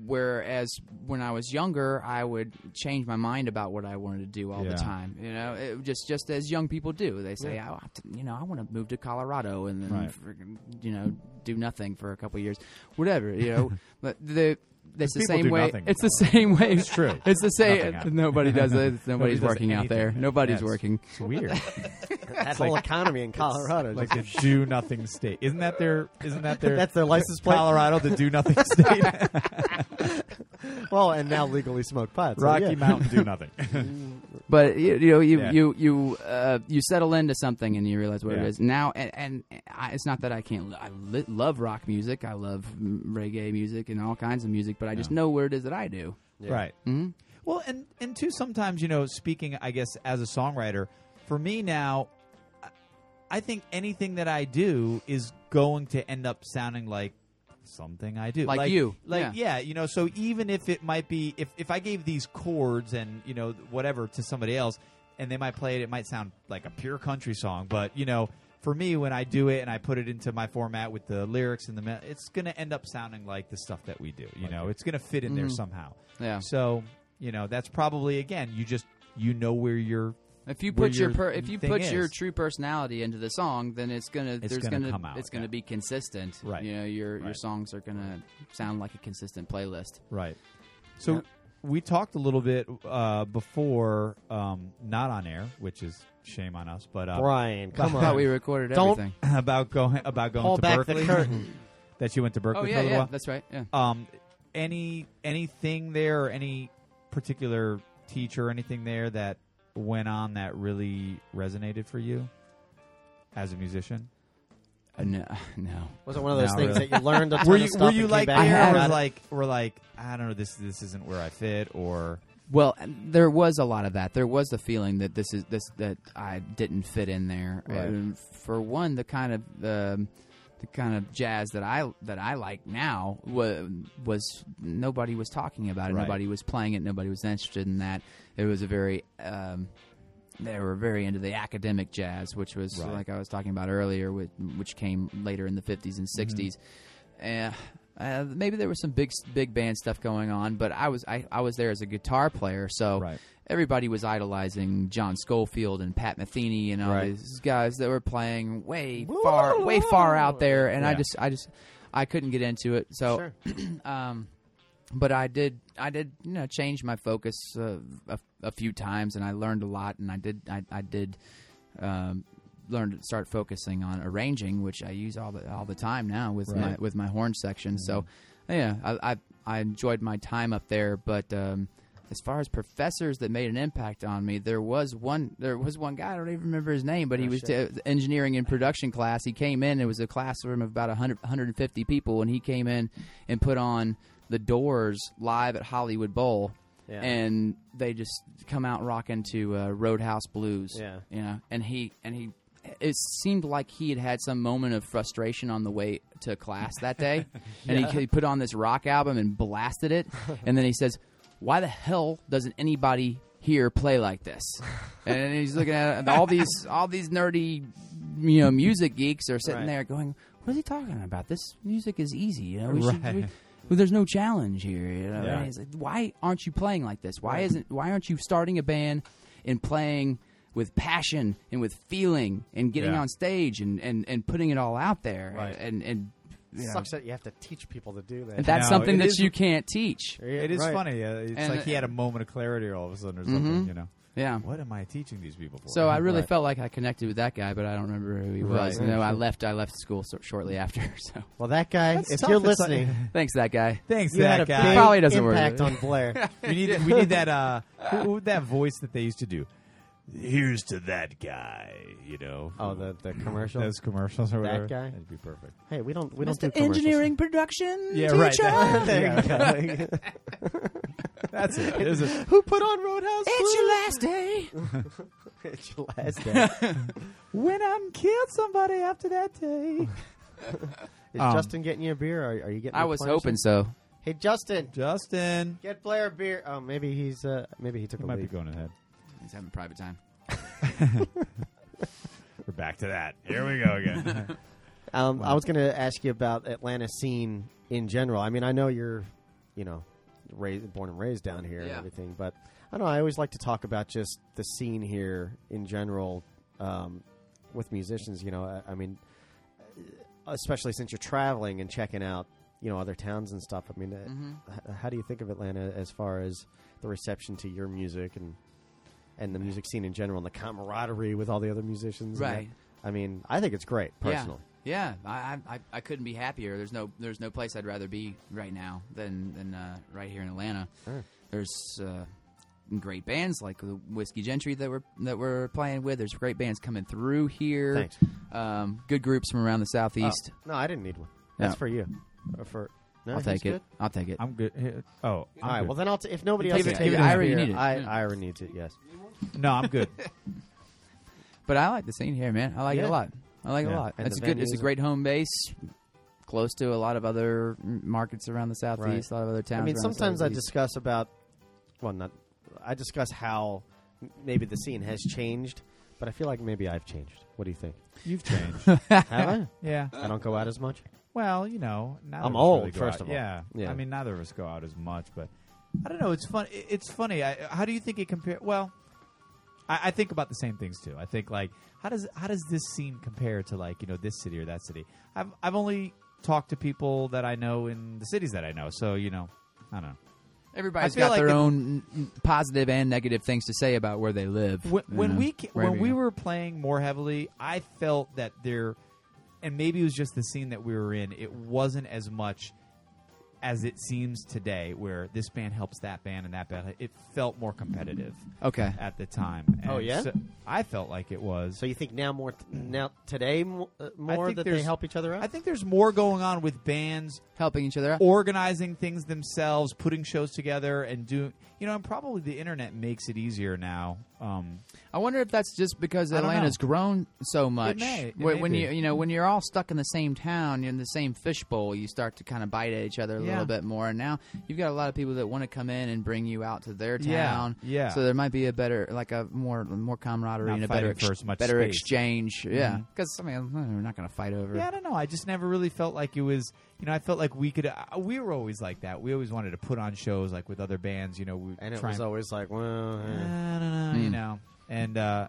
S4: whereas when I was younger I would change my mind about what I wanted to do all
S12: Yeah.
S4: the time you know it, just just as young people do they say "Oh, I want to- you know I want to move to Colorado and then
S12: Right.
S4: friggin', you know do nothing for a couple years whatever you know but the that's the
S12: People
S4: same
S12: do
S4: way
S12: nothing.
S4: it's the same way
S12: It's true.
S4: it's the
S12: Nothing
S4: same.
S12: happened.
S4: uh, Nobody does it.
S12: Nobody
S4: Nobody's
S12: does
S4: working out
S12: anything.
S4: there. Nobody's
S12: Yes.
S4: working.
S12: It's weird.
S11: that whole economy in Colorado.
S12: like
S11: just-
S12: the do nothing state. Isn't that their? Isn't that their?
S11: that's their license plate.
S12: Colorado, the do nothing state.
S11: Well, and now legally smoke pot. so
S12: Rocky
S11: yeah.
S12: Mountain, do nothing.
S4: But you, you know, you
S12: Yeah.
S4: you you uh, you settle into something and you realize what
S12: Yeah.
S4: it is now. And, and I, it's not that I can't. I li- love rock music. I love mm, reggae music and all kinds of music. But I just know where it is that I do.
S12: Right. Mm-hmm. Well, and and two sometimes you know speaking I guess as a songwriter, for me now, I- I think anything that I do is going to end up sounding like something I do,
S4: Like you.
S12: like yeah. you know. So even if it might be if if I gave these chords and you know whatever to somebody else, and they might play it, it might sound like a pure country song, but you know. For me, when I do it and I put it into my format with the lyrics and the, me- it's going to end up sounding like the stuff that we do. You know, it's going to fit in there somehow.
S4: Yeah.
S12: So you know that's probably again you just you know where you're.
S4: If you
S12: where
S4: put your
S12: your
S4: per, if you
S12: thing
S4: put your
S12: is.
S4: true personality into the song, then it's gonna
S12: It's
S4: there's
S12: gonna
S4: gonna,
S12: come out,
S4: it's gonna
S12: yeah.
S4: be consistent.
S12: Right.
S4: You know your your
S12: Right.
S4: songs are gonna sound like a consistent playlist.
S12: Right. So we talked a little bit uh, before, um, not on air, which is shame on us, but uh,
S11: Brian, come
S4: I thought
S11: on.
S4: we recorded
S11: Don't-
S4: everything.
S12: about going about going
S11: Pull
S12: to
S11: back the
S12: Berkeley.
S11: curtain.
S12: that you went to Berkeley
S4: Oh
S12: for a
S4: yeah,
S12: little
S4: yeah,
S12: while.
S4: that's right. Yeah.
S12: Um, any anything there, or any particular teacher, or anything there that went on that really resonated for you as a musician?
S4: Uh, no, no.
S11: Was it one of those
S12: No,
S11: things
S12: really.
S11: that you learned a ton
S12: were you
S11: of stuff
S12: were you
S11: and came
S12: like
S11: back and
S12: there
S11: forgot
S12: was
S11: it?
S12: like were like I don't know this this isn't where I fit or
S4: Well, there was a lot of that. There was the feeling that this is this that I didn't fit in there.
S12: Right.
S4: And for one, the kind of um, the kind of jazz that I that I like now was, was nobody was talking about it.
S12: Right.
S4: Nobody was playing it. Nobody was interested in that. It was a very um, they were very into the academic jazz, which was
S12: Right.
S4: like I was talking about earlier, which, which came later in the fifties and 60s
S12: Mm-hmm.
S4: Eh, Uh, maybe there was some big big band stuff going on, but I was I, I was there as a guitar player,
S11: Oh.
S4: so
S12: Right.
S4: everybody was idolizing John Schofield and Pat Metheny and all these guys that were playing way far way far out there, and I
S12: Yeah.
S4: just I just I couldn't get into it. So
S11: Sure.
S4: um, but I did I did you know change my focus uh, a, a few times and I learned a lot and I did I, I did um, learn to start focusing on arranging which I use all the all the time now with my
S12: Right.
S4: with my horn section so yeah I, I I enjoyed my time up there but um, as far as professors that made an impact on me, there was one. There was one guy I don't even remember his name, but he was t- engineering and production class. He came in. It was a classroom of about 100, 150 people, and he came in and put on the Doors live at Hollywood Bowl.
S11: Yeah.
S4: And they just come out rocking to uh, Roadhouse Blues.
S11: Yeah.
S4: you know. And he and he, it seemed like he had had some moment of frustration on the way to class that day, and he, he put on this rock album and blasted it, and then he says, "Why the hell doesn't anybody here play like this?" And he's looking at all these all these nerdy, you know, music geeks are sitting
S11: Right.
S4: there going, "What is he talking about? This music is easy, you know." We should, we, well, there's no challenge here. You know?
S12: Yeah.
S4: And it's like, why aren't you playing like this? Why isn't? Why aren't you starting a band and playing with passion and with feeling and getting
S12: Yeah.
S4: on stage and, and, and putting it all out there? And and, you know,
S11: Sucks that you have to teach people to do that.
S4: and that's
S12: No,
S4: something
S12: it
S4: that
S12: is-
S4: you can't teach.
S11: Yeah,
S12: It is
S11: right. Mm-hmm.
S12: funny. Uh, it's
S4: And-
S12: like he had a moment of clarity all of a sudden or something, you know.
S4: Yeah.
S12: What am I teaching these people for?
S4: So I really
S12: Right.
S4: felt like I connected with that guy, but I don't remember who he was.
S12: Right.
S4: You know, I left. I left school so, shortly after. So
S11: Well, that guy,
S12: That's
S11: if
S12: tough.
S11: you're
S12: It's like-
S11: listening,
S4: thanks, that guy.
S12: Thanks,
S11: you had
S12: that
S11: a
S12: guy.
S11: big
S4: Probably doesn't work.
S11: impact on Blair.
S12: We need we need that uh who, who- that voice that they used to do. Here's to that guy, you know.
S11: oh, the, the commercial.
S12: Those commercials or whatever.
S11: guy?
S12: That'd be perfect.
S11: Hey, we don't we don't do commercials.
S4: engineering production.
S12: Yeah,
S4: teacher.
S12: right. there you go. That's it. There's a-
S11: Who put on Roadhouse?
S4: It's your last day.
S11: It's your last day.
S12: when I'm killed somebody after that day.
S11: Is
S12: Um,
S11: Justin getting you a beer? Or are you getting?
S4: I
S11: a
S4: was
S11: punch?
S4: hoping so.
S11: Hey, Justin,
S12: Justin.
S11: get Blair a beer. Oh, maybe he's uh, maybe he took
S12: He
S11: a
S12: might be
S11: leak.
S12: going ahead.
S4: He's having private time.
S12: We're back to that. Here we go again.
S11: Um, I was going to ask you about Atlanta scene in general. I mean, I know you're, you know, raised, born and raised down here and
S4: Yeah.
S11: everything, but I don't know. I always like to talk about just the scene here in general um, with musicians. You know, I, I mean, especially since you're traveling and checking out, you know, other towns and stuff. I mean, uh,
S4: Mm-hmm.
S11: h- how do you think of Atlanta as far as the reception to your music and and the music scene in general and the camaraderie with all the other musicians? and that?
S4: Right.
S11: I mean, I think it's great personally.
S4: Yeah, yeah. I, I- I I couldn't be happier. There's no there's no place I'd rather be right now than than uh, right here in Atlanta. There's uh, great bands like the Whiskey Gentry that we're that we're playing with. There's great bands coming through here.
S11: Thanks. Oh.
S4: Um, good groups from around the southeast.
S11: uh, No, I didn't need one. That's
S4: No.
S11: for you. Or for no,
S4: I'll
S11: he's
S4: take it.
S11: good.
S4: I'll take it.
S12: I'm good. Here- Oh, I'm
S11: All right.
S12: good.
S11: Well, then I'll. T- if nobody else
S4: Give
S11: is
S4: it-
S11: taking
S4: give it
S11: a
S4: Ira, you
S11: beer,
S4: need it.
S11: I,
S4: Yeah.
S11: Ira needs it. Yes.
S12: no, I'm good.
S4: But I like the scene here, man. I like it
S11: Yeah.
S4: a lot. I like it
S12: Yeah.
S4: a lot.
S11: And
S4: it's a
S11: the
S4: good. It's a
S11: venues.
S4: great home base, close to a lot of other m- markets around the southeast, a lot of other towns.
S11: I mean,
S4: around the
S11: sometimes I
S4: Southeast.
S11: discuss about. Well, not. I discuss how m- maybe the scene has changed, but I feel like maybe I've changed. What do you think?
S12: You've changed.
S11: Have I?
S12: yeah.
S11: I don't go out as much.
S12: Well, you know, neither
S11: I'm
S12: of us really
S11: old,
S12: go
S11: first
S12: out.
S11: of all.
S12: Yeah.
S11: Yeah.
S12: I mean, neither of us go out as much, but I don't know. It's fun. i- It's funny. I, how do you think it compare? Well, I, I think about the same things too. I think like how does how does this scene compare to like you know this city or that city? I've I've only talked to people that I know in the cities that I know, so you know, I don't know.
S4: Everybody's
S12: I feel
S4: got
S12: like
S4: their
S12: it-
S4: own n- positive and negative things to say about where they live.
S12: when,
S4: you
S12: when
S4: know,
S12: we ca-
S4: wherever
S12: when we
S4: you-
S12: were playing more heavily, I felt that there, and maybe it was just the scene that we were in. It wasn't as much as it seems today, where this band helps that band and that band. It felt more competitive
S4: okay,
S12: at the time.
S11: Oh,
S12: And
S11: yeah?
S12: so- I felt like it was.
S11: So you think now more t- now today mo- uh,
S12: I
S11: more
S12: think
S11: that they
S12: there's-
S11: help each other out?
S12: I think there's more going on with bands
S4: helping each other out.
S12: organizing things themselves, putting shows together, and doing. You know, and probably the internet makes it easier now. Um,
S4: I wonder if that's just because
S12: I don't
S4: Atlanta's grown so much.
S12: may. It
S4: when
S12: may
S4: when
S12: be.
S4: you you know when you're all stuck in the same town, you're in the same fishbowl, you start to kind of bite at each other a
S12: Yeah.
S4: little bit more. And now you've got a lot of people that want to come in and bring you out to their
S12: Yeah,
S4: town.
S12: yeah.
S4: So there might be a better like a more more camaraderie
S12: Not
S4: and a
S12: fighting
S4: better ex-
S12: for as much
S4: better
S12: space. Mm-hmm.
S4: exchange. Yeah, because I mean we're not going to fight over.
S12: Yeah, I don't know. I just never really felt like it was. You know, I felt like we could. Uh, we were always like that. We always wanted to put on shows like with other bands. You know, we
S11: and it
S12: try
S11: was always like, well,
S12: I
S11: eh.
S12: don't know. You
S4: Mm.
S12: know, and uh,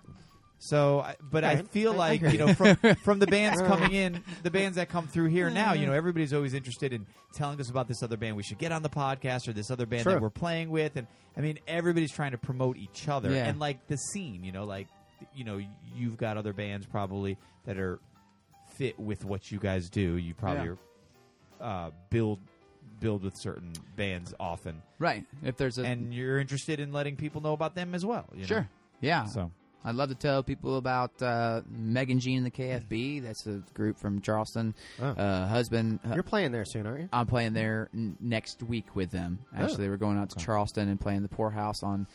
S12: so. I, but I
S11: Alright.
S12: feel
S11: I- I
S12: like
S11: hear
S12: you know from from the bands coming in, the bands that come through here now. You know, everybody's always interested in telling us about this other band we should get on the podcast or this other band
S11: True.
S12: that we're playing with, and I mean, everybody's trying to promote each other
S4: Yeah.
S12: and like the scene. You know, like you know, you've got other bands probably that are fit with what you guys do. You probably are, uh, build build with certain bands often.
S4: Right. If there's a
S12: and you're interested in letting people know about them as well. you know?
S4: sure, yeah.
S12: So
S4: I'd love to tell people about uh, Megan Jean and the KFB. That's a group from Charleston.
S11: Oh.
S4: Uh, husband,
S11: You're playing there soon, aren't you?
S4: I'm playing there n- next week with them.
S11: Oh.
S4: Actually, we're going out to Charleston and playing the Poorhouse on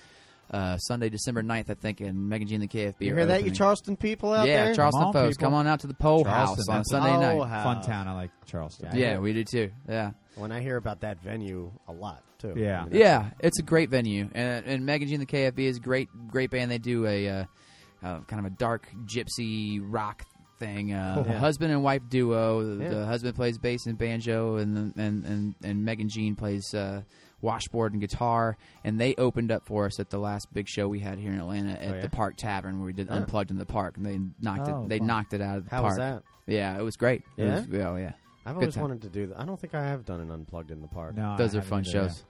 S4: uh, Sunday, December 9th, I think. And Megan Jean and the KFB.
S11: You
S4: are
S11: hear that, you
S4: opening.
S11: Charleston people out
S4: yeah,
S11: there?
S4: Charleston
S12: Come on,
S4: folks,
S12: people.
S4: come on out to the Pole
S12: Charleston,
S4: House on
S12: that's
S4: Sunday
S11: Oh,
S4: night.
S11: how-
S12: fun town. I like Charleston.
S4: Yeah, we do too. Yeah.
S11: When I hear about that venue a lot, too.
S12: Yeah.
S11: mean,
S4: Yeah, it's a great venue, and and Megan G and the KFB is a great, great band. They do a uh, uh, kind of a dark gypsy rock thing. Uh,
S11: Oh, Yeah.
S4: Husband and wife duo. The, the
S11: Yeah.
S4: husband plays bass and banjo, and and and and Megan Jean plays uh, washboard and guitar. And they opened up for us at the last big show we had here in Atlanta at
S11: Oh,
S12: yeah?
S4: the Park Tavern, where we did Unplugged in the Park, and they knocked
S12: Oh,
S4: it. They
S12: fun.
S4: knocked it out of the
S11: How was
S4: park.
S11: that?
S4: Yeah, it was great. It
S11: Yeah?
S4: was- oh yeah.
S11: I've
S4: Good
S11: always
S4: time.
S11: wanted to do that. I don't think I have done an unplugged in the park.
S12: No, I
S4: Those are
S12: haven't
S4: fun
S12: either,
S4: shows.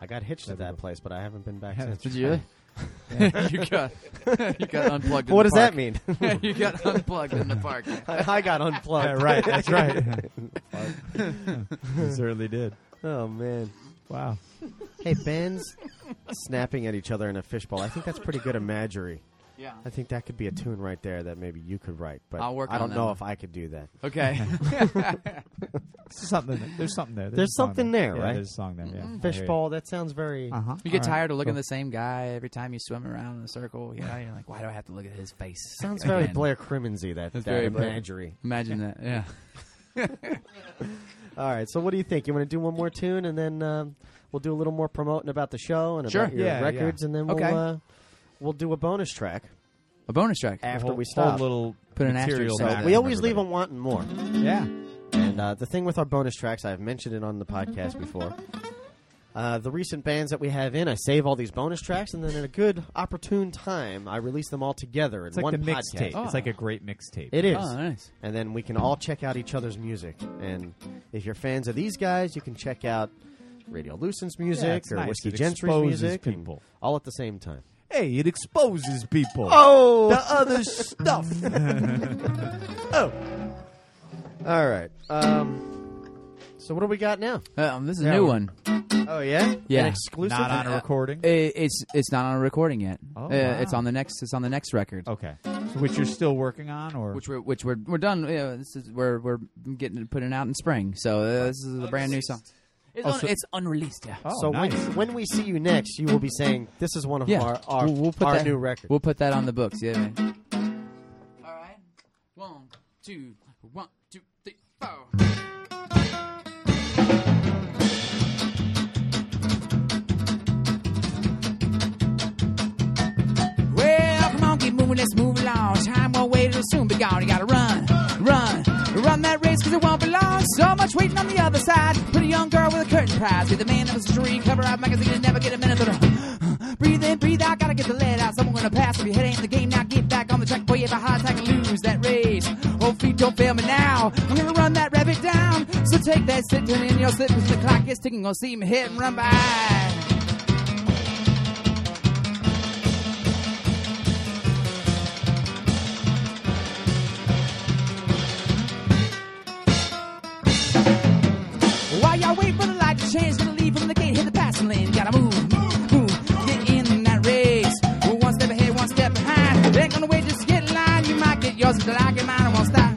S11: I got hitched at that place, but I haven't been back since.
S4: Did you really? you got you got unplugged. in
S11: What
S4: the
S11: does that
S4: park.
S11: mean?
S4: you got unplugged in the park.
S11: I I got unplugged.
S12: Yeah, right. That's right. you certainly did.
S11: Oh man.
S12: Wow.
S11: Hey, bands snapping at each other in a fishbowl. I think that's pretty good imagery.
S4: Yeah.
S11: I think that could be a tune right there that maybe you could write, but
S4: I'll work
S11: I
S4: on
S11: don't
S4: that
S11: know
S4: one.
S11: if I could do that.
S4: Okay.
S12: There's something. There's something there.
S11: There's
S12: a song
S11: something there,
S12: Yeah,
S11: right? Mm-hmm.
S12: There's a song there. Yeah.
S11: Fishbowl, that sounds very
S12: Uh huh.
S4: You get tired of looking at the same guy every time you swim around in a circle. You know, you're like, why do I have to look at his face?
S11: sounds very
S4: again?
S11: Blair Crimmins-y, that, that
S4: very Blair.
S11: imagery.
S4: Imagine that. Yeah.
S11: All right, so what do you think? You want to do one more tune and then um, we'll do a little more promoting about the show and
S4: Sure.
S11: about your
S12: Yeah,
S11: records
S12: yeah.
S11: and then we'll
S4: Okay.
S11: uh, we'll do a bonus track
S4: A bonus track. Oh,
S11: after we
S12: Whole
S11: stop.
S12: little
S4: Put an asterisk
S12: material.
S4: on
S12: back
S4: it.
S11: we
S12: from
S11: always leave
S12: everybody.
S11: them wanting more.
S12: Yeah.
S11: And uh, the thing with our bonus tracks, I've mentioned it on the podcast before. Uh, the recent bands that we have in, I save all these bonus tracks, and then at a good opportune time, I release them all together in
S12: It's like
S11: one
S12: the
S11: podcast.
S12: mixtape. Oh, It's like a great mixtape.
S11: It is.
S4: Oh, nice.
S11: And then we can all check out each other's music. And if you're fans of these guys, you can check out Radio Lucent's music
S12: it's
S11: or
S12: nice.
S11: Whiskey
S12: It
S11: Gentry's
S12: exposes
S11: music, and
S12: people.
S11: all at the same time.
S12: Hey, it exposes people.
S11: Oh,
S12: The other stuff.
S11: all right. Um, so what do we got now?
S4: Um, this is
S11: Yeah,
S4: a new
S11: we-
S4: one.
S11: Oh yeah,
S4: Yeah.
S11: An exclusive.
S12: Not on a recording.
S4: It, it's it's not on a recording yet.
S12: Oh,
S4: uh,
S12: wow.
S4: It's on the next. It's on the next record.
S11: Oh.
S12: Okay. So which you're still working on, or
S4: Which we're which we're we're done. Yeah, this is we're we're getting it putting out in spring. So uh, this is a brand new song. It's,
S12: Oh,
S4: un-
S12: so-
S4: it's unreleased. Yeah.
S12: Oh,
S11: so
S12: nice.
S11: when, when we see you next, you will be saying, "This is one of
S4: Yeah.
S11: our our,
S4: We'll- we'll put
S11: our
S4: that-
S11: new record."
S4: We'll put that on the books. Yeah. All right. One, two, one, two, three, four. Well, come on, keep moving, let's move along. Time won't wait, it'll soon be gone. You gotta run, run, run that race, cause it won't be long. So much waiting on the other side. Pretty young girl with a curtain prize. Be the man of the street, cover up magazine and never get a minute. But, breathe in, breathe out, gotta get the lead out. Someone gonna pass if your head ain't in the game. Now get back on the track, boy, you have a heart attack and lose that race. Oh, feet, don't fail me now. I'm gonna run that rabbit down. So take that sit down in your slippers. The clock is ticking, gonna see me hit and run by. While y'all wait for the light to change, gonna leave from the gate, hit the passing lane. Gotta move, move, move, get in that race. One step ahead, one step behind. Ain't gonna wait just to get in line. You might get yours until I get mine. I won't stop.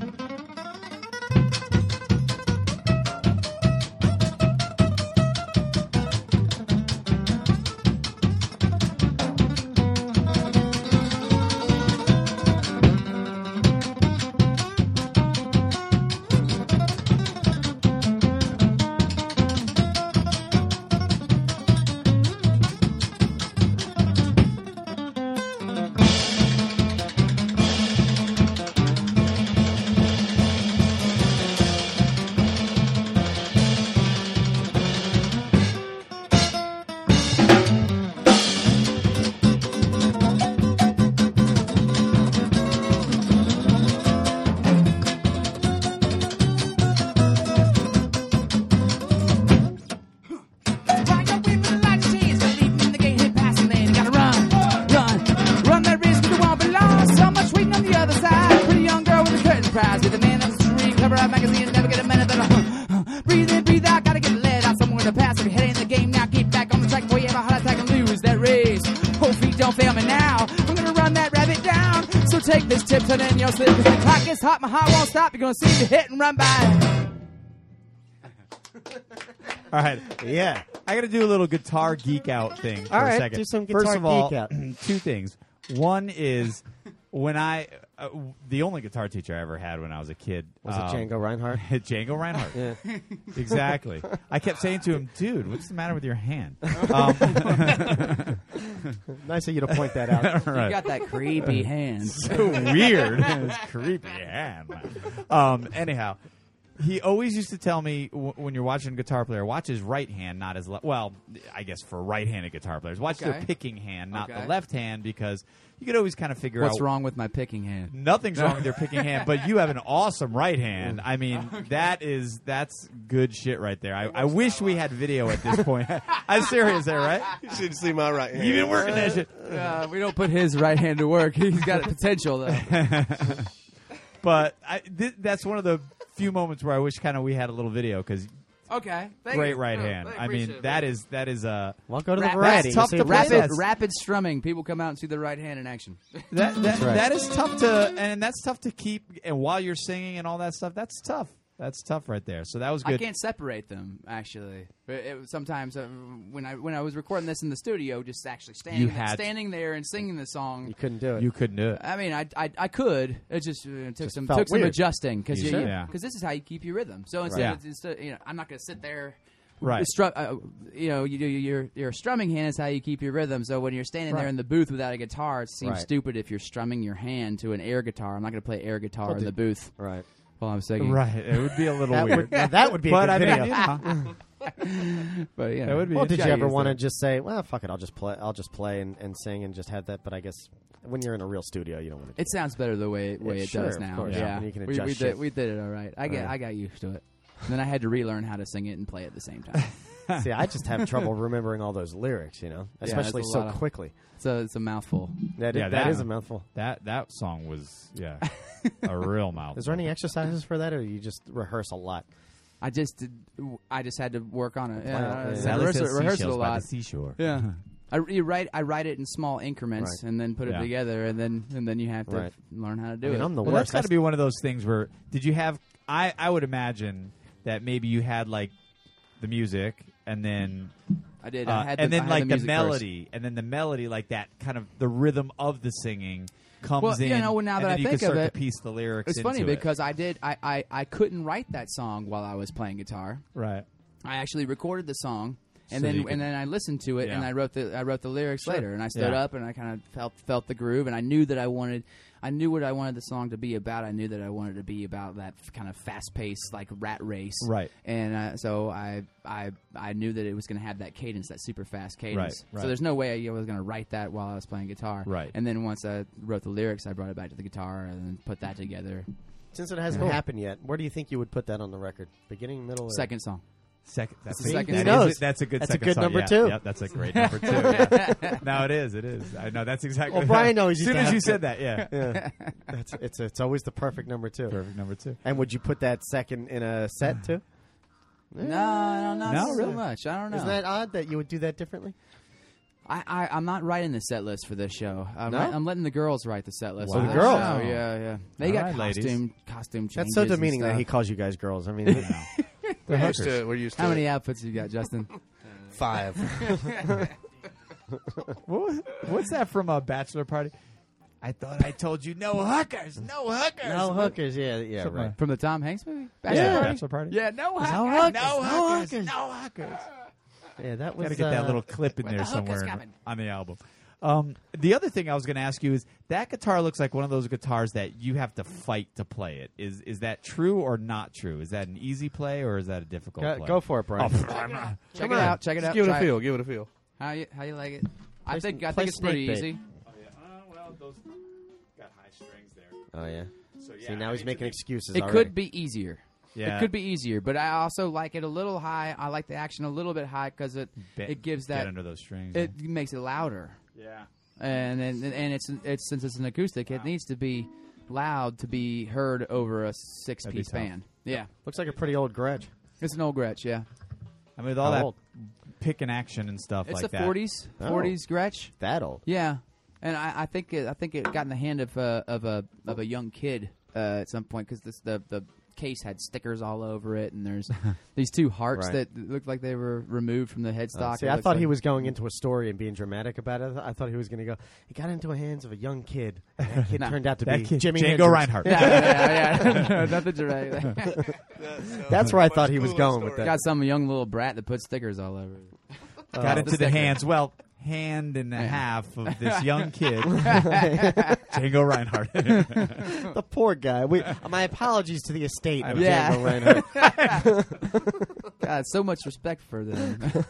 S5: Uh, don't fail me now. I'm gonna run that rabbit down. So take this tip, turn it in your slip. 'cause the clock is hot, my heart won't stop. You're gonna see me hit and run by.
S12: All right.
S11: Yeah.
S12: I got to do a little guitar geek out thing for
S11: All
S12: a
S11: right,
S12: second.
S11: do some
S12: First
S11: guitar
S12: of all,
S11: geek out.
S12: two things. One is when I uh, w- the only guitar teacher I ever had when I was a kid um,
S11: Was it
S4: Oh.
S11: Django Reinhardt?
S12: Django Reinhardt. Exactly. I kept saying to him, "Dude, what's the matter with your hand?" Um,
S11: Nice of you to point that out.
S12: Right.
S5: You got that creepy hand.
S12: so weird. it's creepy. Yeah. Um, anyhow, he always used to tell me w- when you're watching a guitar player, watch his right hand, not his left. Well, I guess for right-handed guitar players, watch
S5: Okay.
S12: their picking hand, not
S5: Okay.
S12: the left hand, because you could always kind of figure
S5: What's
S12: out
S5: wrong with my picking hand?
S12: Nothing's wrong with your picking hand, but you have an awesome right hand. I mean, that is that's good shit right there. I, I wish we had video at this point. I'm serious, there, right?
S7: You should see my right hand.
S12: You've been working that shit.
S5: Uh, we don't put his right hand to work. He's got potential though.
S12: But I, th- that's one of the few moments where I wish kind of we had a little video because
S5: Okay. Thank
S12: great
S5: you.
S12: right
S5: No,
S12: hand. I
S5: appreciate
S12: mean,
S5: it,
S12: that
S5: man.
S12: is that is a
S11: Well, go to the
S5: Rap-
S11: variety.
S12: that's tough
S11: See
S12: to
S11: if
S12: play
S11: it's-
S5: rapid
S12: Yes.
S5: rapid strumming. People come out and see the right hand in action.
S12: that, that,
S11: right.
S12: that is tough to and that's tough to keep and while you're singing and all that stuff. That's tough. That's tough right there. So that was
S5: I
S12: good.
S5: can't separate them actually. It- it- sometimes uh, when I when I was recording this in the studio, just actually standing
S12: You had-
S5: standing there and singing the song.
S11: You couldn't do it.
S12: You couldn't do it.
S5: I mean, I, I, I could. It just uh, took some
S11: felt
S5: took some
S11: weird.
S5: adjusting because
S12: Sure. Yeah.
S5: this is how you keep your rhythm. So instead,
S12: Right.
S5: of, instead uh, you know, I'm not going to sit there.
S12: Right.
S5: Stru- uh, you know, you do your your strumming hand is how you keep your rhythm. So when you're standing there in the booth without a guitar, it seems
S11: Right.
S5: stupid if you're strumming your hand to an air guitar. I'm not going to play air guitar in the booth
S11: Right.
S5: while I'm singing.
S12: Right. It would be a little
S11: That
S12: weird.
S11: would, now that would be a
S12: but
S11: good
S12: I mean,
S11: video.
S12: yeah.
S5: But yeah,
S12: That would be
S11: well, did you ever
S12: interesting.
S11: want to just say, "Well, fuck it, I'll just play, I'll just play and, and sing and just have that"? But I guess when you're in a real studio, you don't want to.
S5: It sounds better the way way
S11: Yeah,
S5: it
S11: sure,
S5: does
S11: of
S5: now.
S11: course.
S5: Yeah,
S11: You can
S5: we,
S11: adjust
S5: we
S11: shit.
S5: did we did it all right. I get I got used to it. And then I had to relearn how to sing it and play at the same time.
S11: do. See, I just have trouble remembering all those lyrics, you know,
S5: it's
S11: especially
S5: a
S11: so
S5: lot of-
S11: quickly.
S5: so it's a mouthful.
S11: That,
S12: Yeah,
S11: is,
S12: that-
S11: that is a mouthful.
S12: That that song was yeah a real mouth.
S11: Is there any exercises for that, or you just rehearse a lot?
S5: I just did, I just had to work on it.
S11: Wow.
S5: Yeah, I
S11: Yeah.
S5: just had to
S12: Alice
S5: rehearse, it-
S12: has
S5: rehearse it a
S12: seashells by the
S5: lot.
S12: seashore?
S5: Yeah. I you write I write it in small increments
S11: Right.
S5: and then put it
S12: Yeah.
S5: together and then and then you have to
S11: Right.
S5: learn how to do
S11: I mean,
S5: it.
S11: I'm the
S12: Well, that's
S11: worst.
S12: got to be one of those things where did you have? I I would imagine that maybe you had like the music and then
S5: I did.
S12: uh,
S5: I had
S12: and
S5: the,
S12: then
S5: I had
S12: like the,
S5: music first.
S12: melody and then the melody like that kind of the rhythm of the singing comes
S5: Well,
S12: in.
S5: you know, now
S12: and
S5: that
S12: then
S5: I
S12: you can
S5: think of
S12: start
S5: it,
S12: to piece the lyrics.
S5: It's funny
S12: into it.
S5: because I did I, I I couldn't write that song while I was playing guitar.
S12: right.
S5: I actually recorded the song. And
S12: So
S5: then
S12: you could-
S5: and then I listened to it and
S12: Yeah.
S5: I wrote the I wrote the lyrics later and I stood
S12: Yeah.
S5: up and I kind of felt felt the groove and I knew that I wanted I knew what I wanted the song to be about I knew that I wanted to be about that f- kind of fast paced like rat race
S12: Right.
S5: and uh, so I I I knew that it was going to have that cadence that super fast cadence
S12: Right, right.
S5: so there's no way I was going to write that while I was playing guitar
S12: Right.
S5: and then once I wrote the lyrics I brought it back to the guitar and then put that together
S11: Since it hasn't happened yet, where do you think you would put that on the record? Beginning, middle, or
S5: second song
S12: Second, that's
S5: the second
S12: that
S5: song.
S12: is-
S11: knows.
S12: that's a good.
S11: That's a
S12: second
S11: good
S12: song.
S11: number
S12: yeah,
S11: two.
S12: yeah, that's a great number two. yeah. No, it is. It is. I know. That's exactly.
S11: Well, Brian knows
S12: As
S11: he's
S12: soon
S11: gonna
S12: as you
S11: have to-
S12: said that, yeah.
S11: Yeah, that's, it's it's always the perfect number two.
S12: Perfect number two.
S11: And would you put that second in a set too?
S5: no no not
S12: No,
S5: so
S12: really?
S5: much I don't know
S11: Isn't that odd that you would do that differently?
S5: I, I I'm not writing the set list for this show. I'm,
S11: No?
S5: I'm letting the girls write the set list.
S12: Wow.
S11: Oh, the
S5: I
S11: girls.
S5: know, yeah, yeah. They
S12: All
S5: got
S12: right, ladies.
S5: costume costume changes.
S11: That's so
S5: and
S11: demeaning that
S5: stuff.
S11: he calls you guys girls. I mean,
S7: We're used to. We're used to
S5: How many outfits you got, Justin?
S7: five.
S12: What, what's that from a bachelor party? I thought I told you no hookers, no hookers.
S11: no Oh, hookers. Yeah, yeah,
S12: Something
S11: right.
S12: like-
S5: From the Tom Hanks movie? Bachelor
S12: Yeah,
S5: Party?
S12: bachelor party.
S5: Yeah, no hookers.
S12: no hookers, no hookers.
S11: Yeah, that was.
S12: Gotta get that
S11: uh,
S12: little clip in
S5: Where
S12: there
S5: the hookers
S12: somewhere
S5: coming?
S12: on the album. Um, the other thing I was going to ask you is that guitar looks like one of those guitars that you have to fight to play it. Is is that true or not true? Is that an easy play or is that a difficult
S11: Go,
S12: play?
S11: go for it, Brian.
S5: Check it out. Check it out.
S7: Give it a
S5: Try
S7: feel. Give it a feel.
S5: How you how you like it? I
S11: Play
S5: think
S11: some-
S5: I
S11: play
S5: think it's pretty
S11: Snake Bait.
S5: easy.
S12: uh, well, those got high strings there.
S11: Oh yeah.
S12: So yeah,
S11: See, now he's making excuses.
S5: It
S11: already.
S5: could be easier.
S12: Yeah.
S5: It could be easier, but I also like it a little high. I like the action a little bit high because it it gives
S12: get
S5: that
S12: under those strings.
S5: it makes it louder.
S12: yeah.
S5: and and, and it's, it's since it's an acoustic, it needs to be loud to be heard over a
S12: That'd be
S5: six-piece
S12: tough.
S5: band. Yeah,
S11: Looks like a pretty old grudge.
S5: it's an old Gretsch. Yeah,
S12: I mean, with all
S11: How
S12: that
S11: old?
S12: pick and action and stuff
S5: it's
S12: like
S5: a
S12: that.
S5: '40s
S11: Oh.
S5: '40s Gretsch.
S11: That old.
S5: Yeah, and I, I think it, I think it got in the hand of uh, of a of a young kid uh, at some point because this the the case had stickers all over it, and there's these two hearts
S12: Right.
S5: that looked like they were removed from the headstock.
S11: Uh, See,
S5: It
S11: I
S5: looks
S11: thought
S5: like-
S11: he was going into a story and being dramatic about it. I thought he was going to go. It got into the hands of a young kid. And that kid
S5: No.
S11: turned out to
S12: That
S11: be
S12: kid-
S11: Jimmy Hendrix.
S12: Django Reinhardt.
S5: yeah, yeah, yeah, yeah. nothing dramatic.
S11: That's where I thought he was going with that.
S5: Got some young little brat that put stickers all over. it.
S12: Got into the
S5: sticker.
S12: hands. Well, hand and a half of this young kid, Django Reinhardt.
S11: The poor guy. We, my apologies to the estate of
S5: Yeah.
S11: Django Reinhardt.
S5: God, so much respect for them.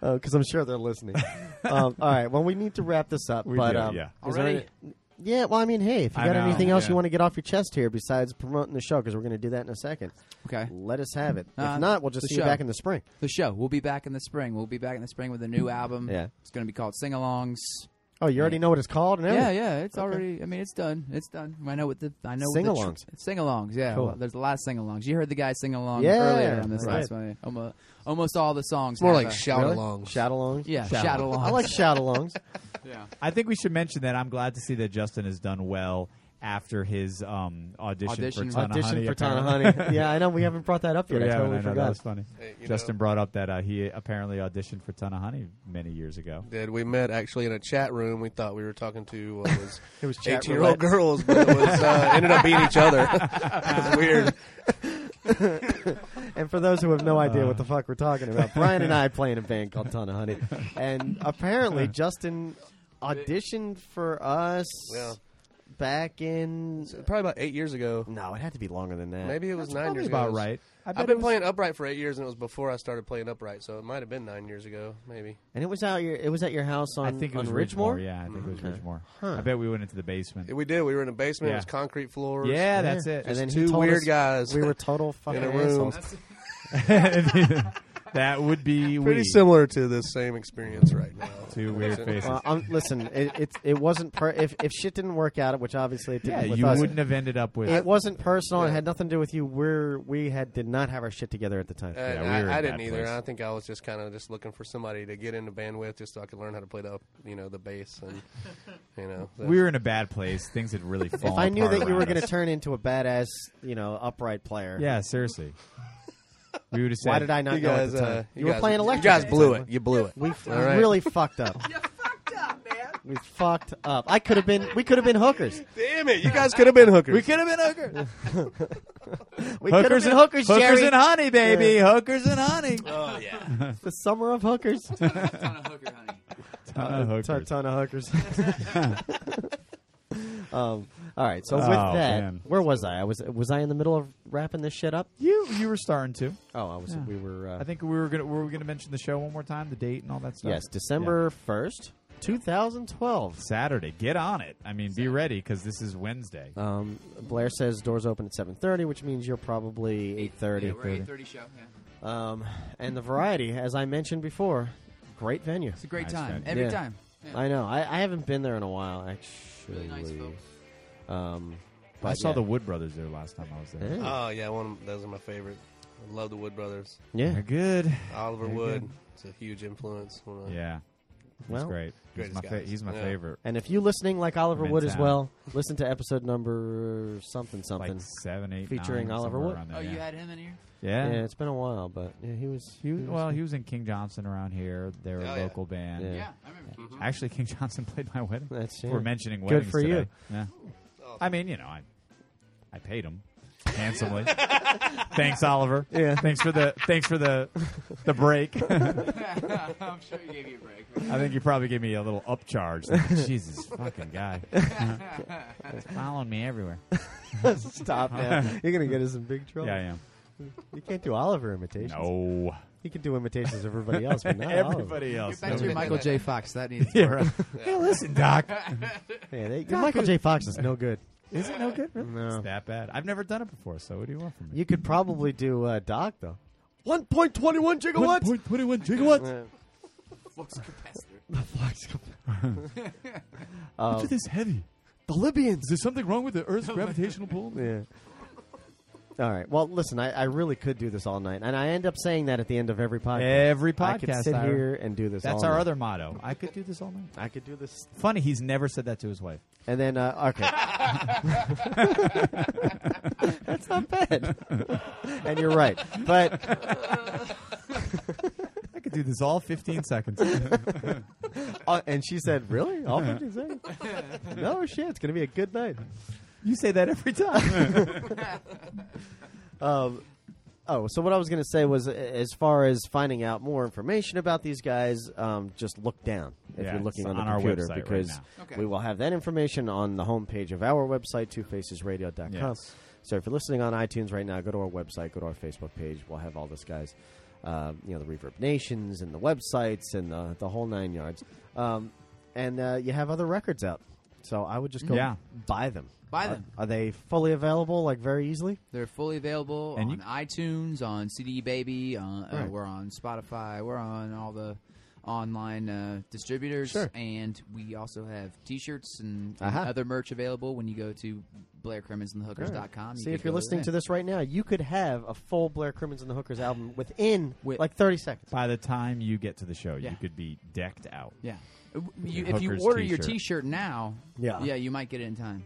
S11: because uh, I'm sure they're listening. um, all right, well, we need to wrap this up. but
S12: do,
S11: um,
S12: yeah.
S11: is there
S5: Already?
S11: any- yeah. Well, I mean, hey, if you
S12: I
S11: got
S12: know,
S11: anything else
S12: yeah.
S11: you want to get off your chest here besides promoting the show, because we're going to do that in a second.
S5: okay.
S11: Let us have it.
S5: Uh,
S11: if not, we'll just
S5: the
S11: see
S5: show.
S11: you back in the spring.
S5: the show. We'll be back in the spring. We'll be back in the spring with a new album.
S11: Yeah.
S5: It's going to be called Sing Alongs.
S11: Oh, you already know what it's called and
S5: Yeah,
S11: everything.
S5: yeah. It's already. I mean, it's done. It's done. I know what the. I know What
S11: Sing-alongs.
S5: the sing alongs. Yeah.
S11: Cool.
S5: Well, there's a lot of sing alongs. You heard the guy sing along
S11: Yeah,
S5: earlier on this
S11: right.
S5: last one. Almost, almost all the songs.
S1: More
S5: have
S1: like
S5: a-
S1: shout alongs.
S11: Shout alongs.
S5: yeah, shout alongs.
S11: I like shout alongs.
S12: I think we should mention that I'm glad to see that Justin has done well after his um, audition,
S5: Audition.
S12: for Tanahani.
S11: Audition for
S12: apparently.
S11: Tanahani. yeah, I know we haven't brought that up yet.
S12: Yeah,
S11: I totally
S12: I know,
S11: forgot.
S12: that was funny.
S1: you
S12: Justin brought up that uh, he apparently auditioned for Tanahani many years ago.
S1: Did we met actually in a chat room? We thought we were talking to what was
S11: It was chat
S1: eighteen year old
S11: roulette.
S1: girls, but it was uh, ended up being each other. it's weird.
S11: And for those who have no idea what the fuck we're talking about, Brian and I play in a band called Ton of Honey, and apparently Justin auditioned for us
S1: Yeah.
S11: back in.
S1: Probably about eight years ago.
S11: No, it had to be longer than that.
S1: Maybe it was nine
S12: Probably
S1: years
S12: about
S1: ago.
S12: right. I bet
S1: I've
S12: it
S1: been
S12: was-
S1: playing upright for eight years, and it was before I started playing upright, so it might have been nine years ago, maybe.
S11: and it was out your. It was at your house on.
S12: I think it
S11: on
S12: was
S11: Ridgemore.
S12: Yeah, I think it was
S11: Okay.
S12: Ridgemore. I bet we went into the basement.
S1: We did. We were in a basement.
S12: Yeah.
S1: It was concrete floors.
S12: Yeah, that's it.
S11: And then he
S1: two
S11: told
S1: weird
S11: us
S1: guys
S11: We were total fucking
S1: in a room.
S11: assholes.
S12: that would be
S1: Pretty
S12: we.
S1: similar to this same experience right now.
S12: Two weird faces.
S11: Well, um, listen, it, it it wasn't per- if if shit didn't work out, which obviously it didn't.
S12: yeah,
S11: with
S12: you
S11: us,
S12: wouldn't have ended up with.
S11: It wasn't personal. It had nothing to do with you. We're we had did not have our shit together at the time.
S1: Uh, and
S12: we were in
S1: I, I
S12: a
S1: didn't
S12: bad
S1: either.
S12: place.
S1: I think I was just kind of just looking for somebody to get into band with, just so I could learn how to play the up, you know, the bass and you know. the-
S12: we were in a bad place. Things had really fallen
S11: if I knew
S12: apart
S11: that you were
S12: around
S11: going to
S12: us.
S11: turn into a badass, you know, upright player,
S12: Yeah, seriously. We would have said.
S11: why did I not
S1: you
S11: know
S1: guys,
S11: at the time?
S1: uh,
S11: you, were
S1: guys-
S11: playing electric.
S1: You guys
S11: at the
S1: blew
S11: time.
S1: it. You blew it.
S11: We
S1: All right.
S11: really fucked up. You fucked up, man. We fucked up. I could have been. We could have been hookers.
S1: Damn it! You guys could have been hookers.
S12: We could have been hookers.
S11: We could have
S12: hookers
S11: been
S12: and
S11: hookers.
S12: Hookers
S11: Jerry.
S12: and honey, baby. Hookers and honey.
S1: oh yeah.
S11: the summer of hookers.
S12: Ton of
S11: ton,
S12: hookers.
S11: ton of hookers. um. All right. So with
S12: Oh,
S11: that,
S12: man.
S11: where was I? I was was I in the middle of wrapping this shit up?
S12: You you were starting to.
S11: Oh, I was. We were. Uh,
S12: I think we were gonna were we gonna mention the show one more time, the date and all that stuff.
S11: yes, December first, two thousand twelve.
S12: Yeah. Saturday. Get on it. I mean, be ready because this is Wednesday.
S11: Um, Blair says doors open at seven thirty, which means you're probably eight thirty.
S5: Yeah, we're eight thirty show. Yeah.
S11: um, and the variety, as I mentioned before, great venue.
S5: It's a great
S12: Nice
S5: time
S12: venue.
S5: every
S11: Yeah.
S5: time. Yeah.
S11: I know. I, I haven't been there in a while, actually.
S5: Really nice folks.
S11: um, but
S12: I saw
S11: yeah.
S12: the Wood Brothers there last time I was there.
S11: Yeah.
S1: Oh yeah. One. Of, those are my favorite. I love the Wood Brothers.
S11: yeah.
S12: They're good.
S1: Oliver
S12: Very
S1: Wood.
S12: good.
S1: It's a huge influence. When I,
S12: Yeah, he's
S11: Well,
S12: great. He's
S1: greatest
S12: my, fa-
S1: guys.
S12: he's my
S1: Yeah.
S12: favorite.
S11: And if you listening like Oliver
S12: I'm in
S11: Wood as
S12: town.
S11: well, listen to episode number something something.
S12: Like seven, eight,
S11: Featuring
S12: nine,
S11: Oliver
S12: somewhere
S11: Wood.
S12: around There,
S5: Oh,
S12: yeah.
S5: you had him in here.
S12: yeah.
S11: yeah, it's been a while, but yeah, he was.
S12: He was,
S11: was
S12: well, he was in King Johnson around here. They're
S1: Oh,
S12: a
S1: yeah.
S12: local band.
S11: Yeah. Mm-hmm.
S5: Yeah, I remember. you.
S12: Actually, King Johnson played my wedding.
S11: That's
S12: We're
S11: yeah.
S12: mentioning
S11: Good
S12: weddings
S11: for
S12: today.
S11: you.
S12: Yeah.
S1: Oh.
S12: I mean, you know, I I paid him handsomely. thanks, Oliver.
S11: Yeah.
S12: Thanks for the thanks for the the break. I
S5: I'm sure he gave you a break.
S12: think you probably gave me a little upcharge. Like, Jesus fucking guy. He's following me everywhere.
S11: Stop now. You're gonna get us in big trouble.
S12: Yeah, I am.
S11: You can't do Oliver imitations.
S12: No.
S11: You can do imitations of everybody else, but not Oliver.
S12: Everybody else.
S5: Back to your
S12: Nobody-
S5: Michael J. Fox. That needs.
S12: Yeah, right. Hey, listen, Doc.
S11: Yeah, they, Michael J. Fox is no good.
S12: Is it no good? Really?
S11: No.
S12: It's that bad. I've never done it before, so what do you want from me?
S11: You could probably do uh, Doc though. One point twenty-one gigawatts.
S12: Twenty-one gigawatts.
S5: Flux capacitor.
S11: Oh.
S12: Look at this heavy.
S11: the Libyans.
S12: there something wrong with the Earth's gravitational pull?
S11: Yeah. All right. Well, listen, I, I really could do this all night, and I end up saying that at the end of every podcast.
S12: Every podcast,
S11: I could sit
S12: Ira.
S11: here and do this.
S12: That's
S11: all
S12: our
S11: night.
S12: other motto. I could do this all night.
S11: I could do this.
S12: Funny, he's never said that to his wife.
S11: And then, uh, okay. That's not bad. and you're right. But
S12: I could do this all 15 seconds.
S11: Uh, and she said, Really? All 15 seconds? no shit. It's going to be a good night.
S12: you say that every time.
S11: Um, oh, so what I was going to say was uh, as far as finding out more information about these guys, um, just look down if
S12: Yeah,
S11: you're looking
S12: it's
S11: on the
S12: on our
S11: computer
S12: website right
S11: because
S12: now.
S4: Okay.
S11: we will have that information on the homepage of our website, twofacesradio.com.
S12: Yes.
S11: So if you're listening on iTunes right now, go to our website, go to our Facebook page. We'll have all this guys, uh, you know, the Reverb Nations and the websites and the, the whole nine yards. Um, and uh, you have other records out. So I would just go
S12: Yeah.
S11: buy them.
S4: Buy
S11: Are-
S4: them.
S11: Are, they fully available, like very easily?
S4: They're fully available
S12: And
S4: on
S12: you-
S4: iTunes, on CD Baby. On, uh,
S11: Right.
S4: We're on Spotify. We're on all the online uh, distributors,
S11: Sure.
S4: and we also have T-shirts and, and
S11: Aha.
S4: other merch available when you go to BlairCremminsandTheHookers.com.
S11: See, if you're listening to this right now, you could have a full Blair Crimmins and the Hookers album within
S4: Wi-
S11: like 30 seconds.
S12: By the time you get to the show,
S4: Yeah.
S12: you could be decked out.
S4: yeah. You,
S12: Your
S4: if you
S12: Hookers
S4: order your
S12: t-shirt.
S4: T-shirt now,
S11: Yeah.
S4: yeah, you might get it in time.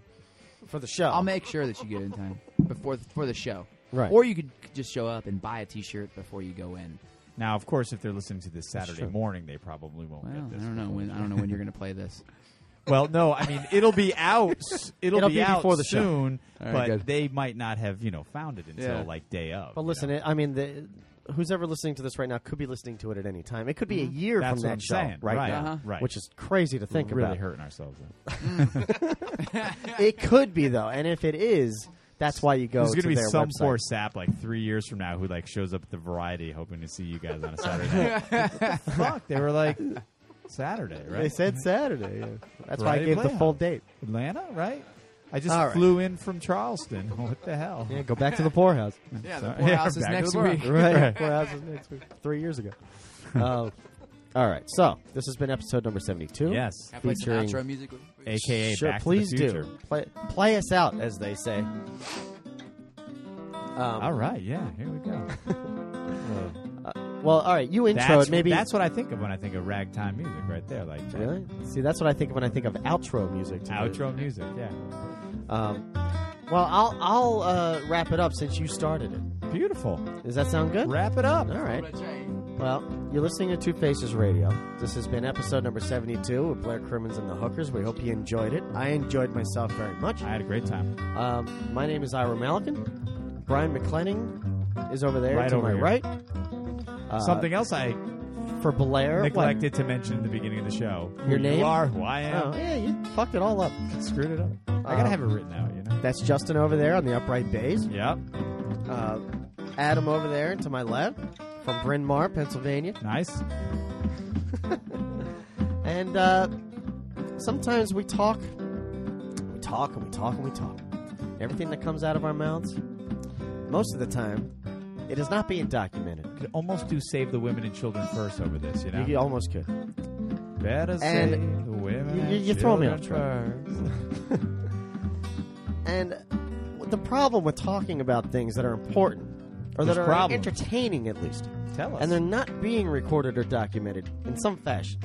S11: For the
S12: Oh.
S11: show.
S4: I'll make sure that you get it in time before for the show.
S11: Right.
S4: Or you could just show up and buy a T-shirt before you go in.
S12: Now, of course, if they're listening to this Saturday morning, they probably won't
S4: Well,
S12: get
S4: I
S12: this.
S4: don't know when I don't know when you're going to play this.
S12: Well, no, I mean it'll be out. It'll,
S11: It'll
S12: be,
S11: be
S12: out
S11: before the show.
S12: soon,
S4: All right,
S12: but
S4: good.
S12: they might not have you know found it until
S4: Yeah.
S12: like day of.
S11: but
S12: you
S11: listen,
S12: know?
S11: it, I mean, the, who's ever listening to this right now could be listening to it at any time. It could be
S4: Mm-hmm.
S11: a year
S12: That's
S11: from
S12: what
S11: that
S12: I'm
S11: show
S12: saying.
S11: right,
S12: Right,
S11: now,
S12: uh-huh. right.
S11: which is crazy to think
S12: we're really
S11: about.
S12: hurting ourselves. Though.
S11: It could be though, and if it is, that's why you go
S12: There's
S11: to
S12: gonna be
S11: their
S12: some
S11: website.
S12: poor sap like three years from now who like shows up at the variety hoping to see you guys on a Saturday. night. What the fuck, they were like Saturday, right?
S11: They said Saturday. yeah. That's why I
S12: Mm-hmm. Right,
S11: gave the
S12: playoff.
S11: full date.
S12: Atlanta, right? I just
S11: All right.
S12: flew in from Charleston. What the hell?
S11: Yeah, go back to the poorhouse.
S4: Yeah,
S12: Sorry.
S4: the poorhouse
S12: Yeah, back
S4: is
S12: to
S4: next
S12: the bar.
S4: week.
S11: right. Four houses next week. Three years ago. Uh, all right. So this has been episode number seventy-two.
S12: Yes,
S4: Can I play some
S11: Featuring-
S4: outro music? with-
S12: aka
S11: sure.
S12: Back
S11: please
S12: to the Future.
S11: do play play us out, as they say. Um,
S12: All right, yeah, here we go.
S11: Well, all right. You introed
S12: that's,
S11: maybe.
S12: that's what I think of when I think of ragtime music, right there, like that.
S11: really. See, that's what I think of when I think of outro music. To me.
S12: outro music. Yeah,
S11: Um, well, I'll I'll uh, wrap it up since you started it.
S12: beautiful.
S11: Does that sound good?
S12: Wrap it up.
S11: All right.
S4: That's right.
S11: Well, you're listening to Two Faces Radio. This has been episode number 72 with Blair Crimmins and the Hookers. We hope you enjoyed it. I enjoyed myself very much.
S12: I had a great time.
S11: Um, my name is Ira Malikan. Brian McClenning is over there
S12: Right
S11: to
S12: over
S11: my
S12: here.
S11: right. Uh,
S12: Something else I
S11: for Blair.
S12: neglected to mention in the beginning of the show. Who
S11: Your name? Oh.
S12: You are who I
S11: What?
S12: am.
S11: Oh, yeah, you fucked it all up.
S12: Screwed it up. I gotta
S11: Um,
S12: have it written out. You know.
S11: That's Justin over there on the upright bass.
S12: Yep.
S11: Uh, Adam over there to my left from Bryn Mawr, Pennsylvania.
S12: Nice.
S11: And uh, sometimes we talk, we talk and we talk and we talk. Everything that comes out of our mouths, most of the time, it is not being documented.
S12: Could almost do save the women and children first over this. You know.
S11: You almost could.
S12: Better
S11: and
S12: save the women.
S11: you-
S12: and
S11: you- you throw me off
S12: children first.
S11: And the problem with talking about things that are important, or
S12: There's
S11: that are
S12: problems.
S11: entertaining at least,
S12: Tell us.
S11: and they're not being recorded or documented in some fashion,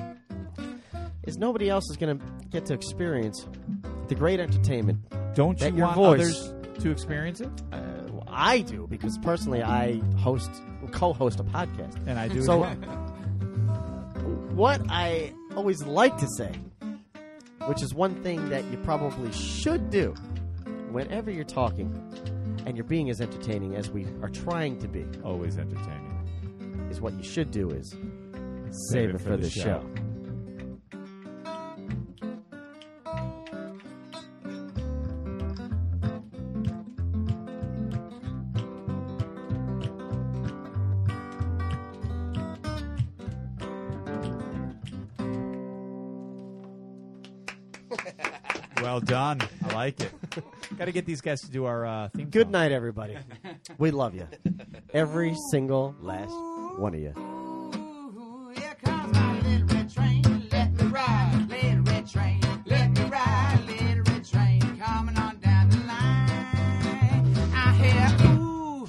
S11: is nobody else is going to get to experience the great entertainment
S12: Don't you
S11: that your
S12: want
S11: voice-
S12: others to experience it?
S11: Well, I do because personally I host co-host a podcast.
S12: And I do.
S11: So
S12: as well.
S11: what I always like to say, which is one thing that you probably should do whenever you're talking and you're being as entertaining as we are trying to be,
S12: always entertaining.
S11: is what you should do is save it for the show.
S12: Well done. I like it. Got to get these guys to do our uh, theme.
S11: Good
S12: song.
S11: night, everybody. we love you. Every single last one of you.
S5: Here comes my little red train. Let me ride, little red train. Let me ride, little red train. Coming on down the line. I hear ooh.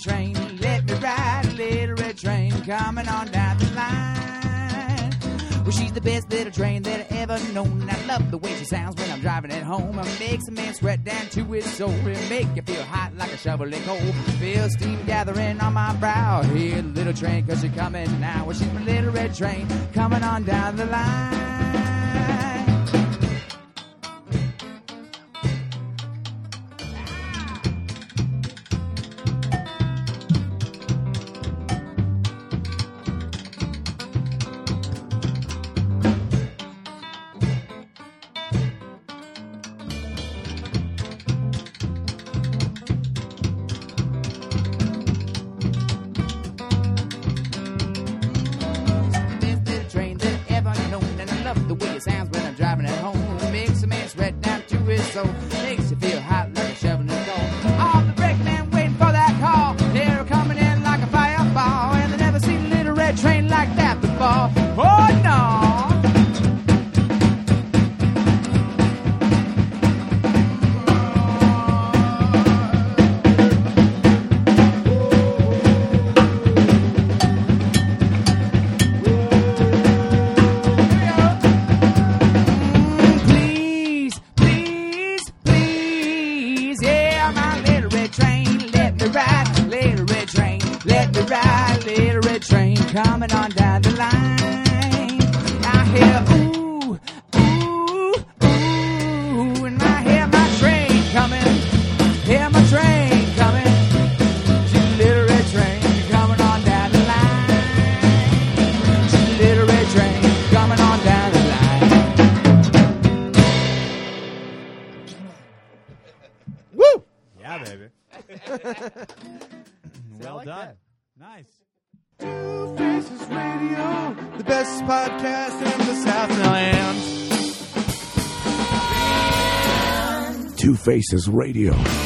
S5: train, let me ride. Little red train coming on down the line. Well, she's the best little train that I ever known. I love the way she sounds when I'm driving at home. It makes a man sweat down to his soul. It make you feel hot like a shovel in coal. Feel steam gathering on my brow. Here, little train, cause you're coming now. Well, she's my little red train coming on down the line. best little train that I ever known. And I love the way it sounds when I'm driving at home. It makes a man sweat down to his soul. Makes you feel hot like a shovel in the coal. On the brake man waiting for that call. They're coming in like a fireball. And they never seen a little red train like that before. Oh no! please, please, please. Yeah, my little red train, let me ride. Little red train, let me ride. Little red train coming on down the line. I hear ooh, ooh, ooh, and I hear my train coming. Hear my train coming. She's a little red train coming on down the line. She's a little red train coming on down the line.
S12: Woo! Yeah, baby. Mm, well
S2: like
S12: done. Nice.
S2: Two Faces Radio, the best podcast in the Southland.
S8: Two Faces Radio.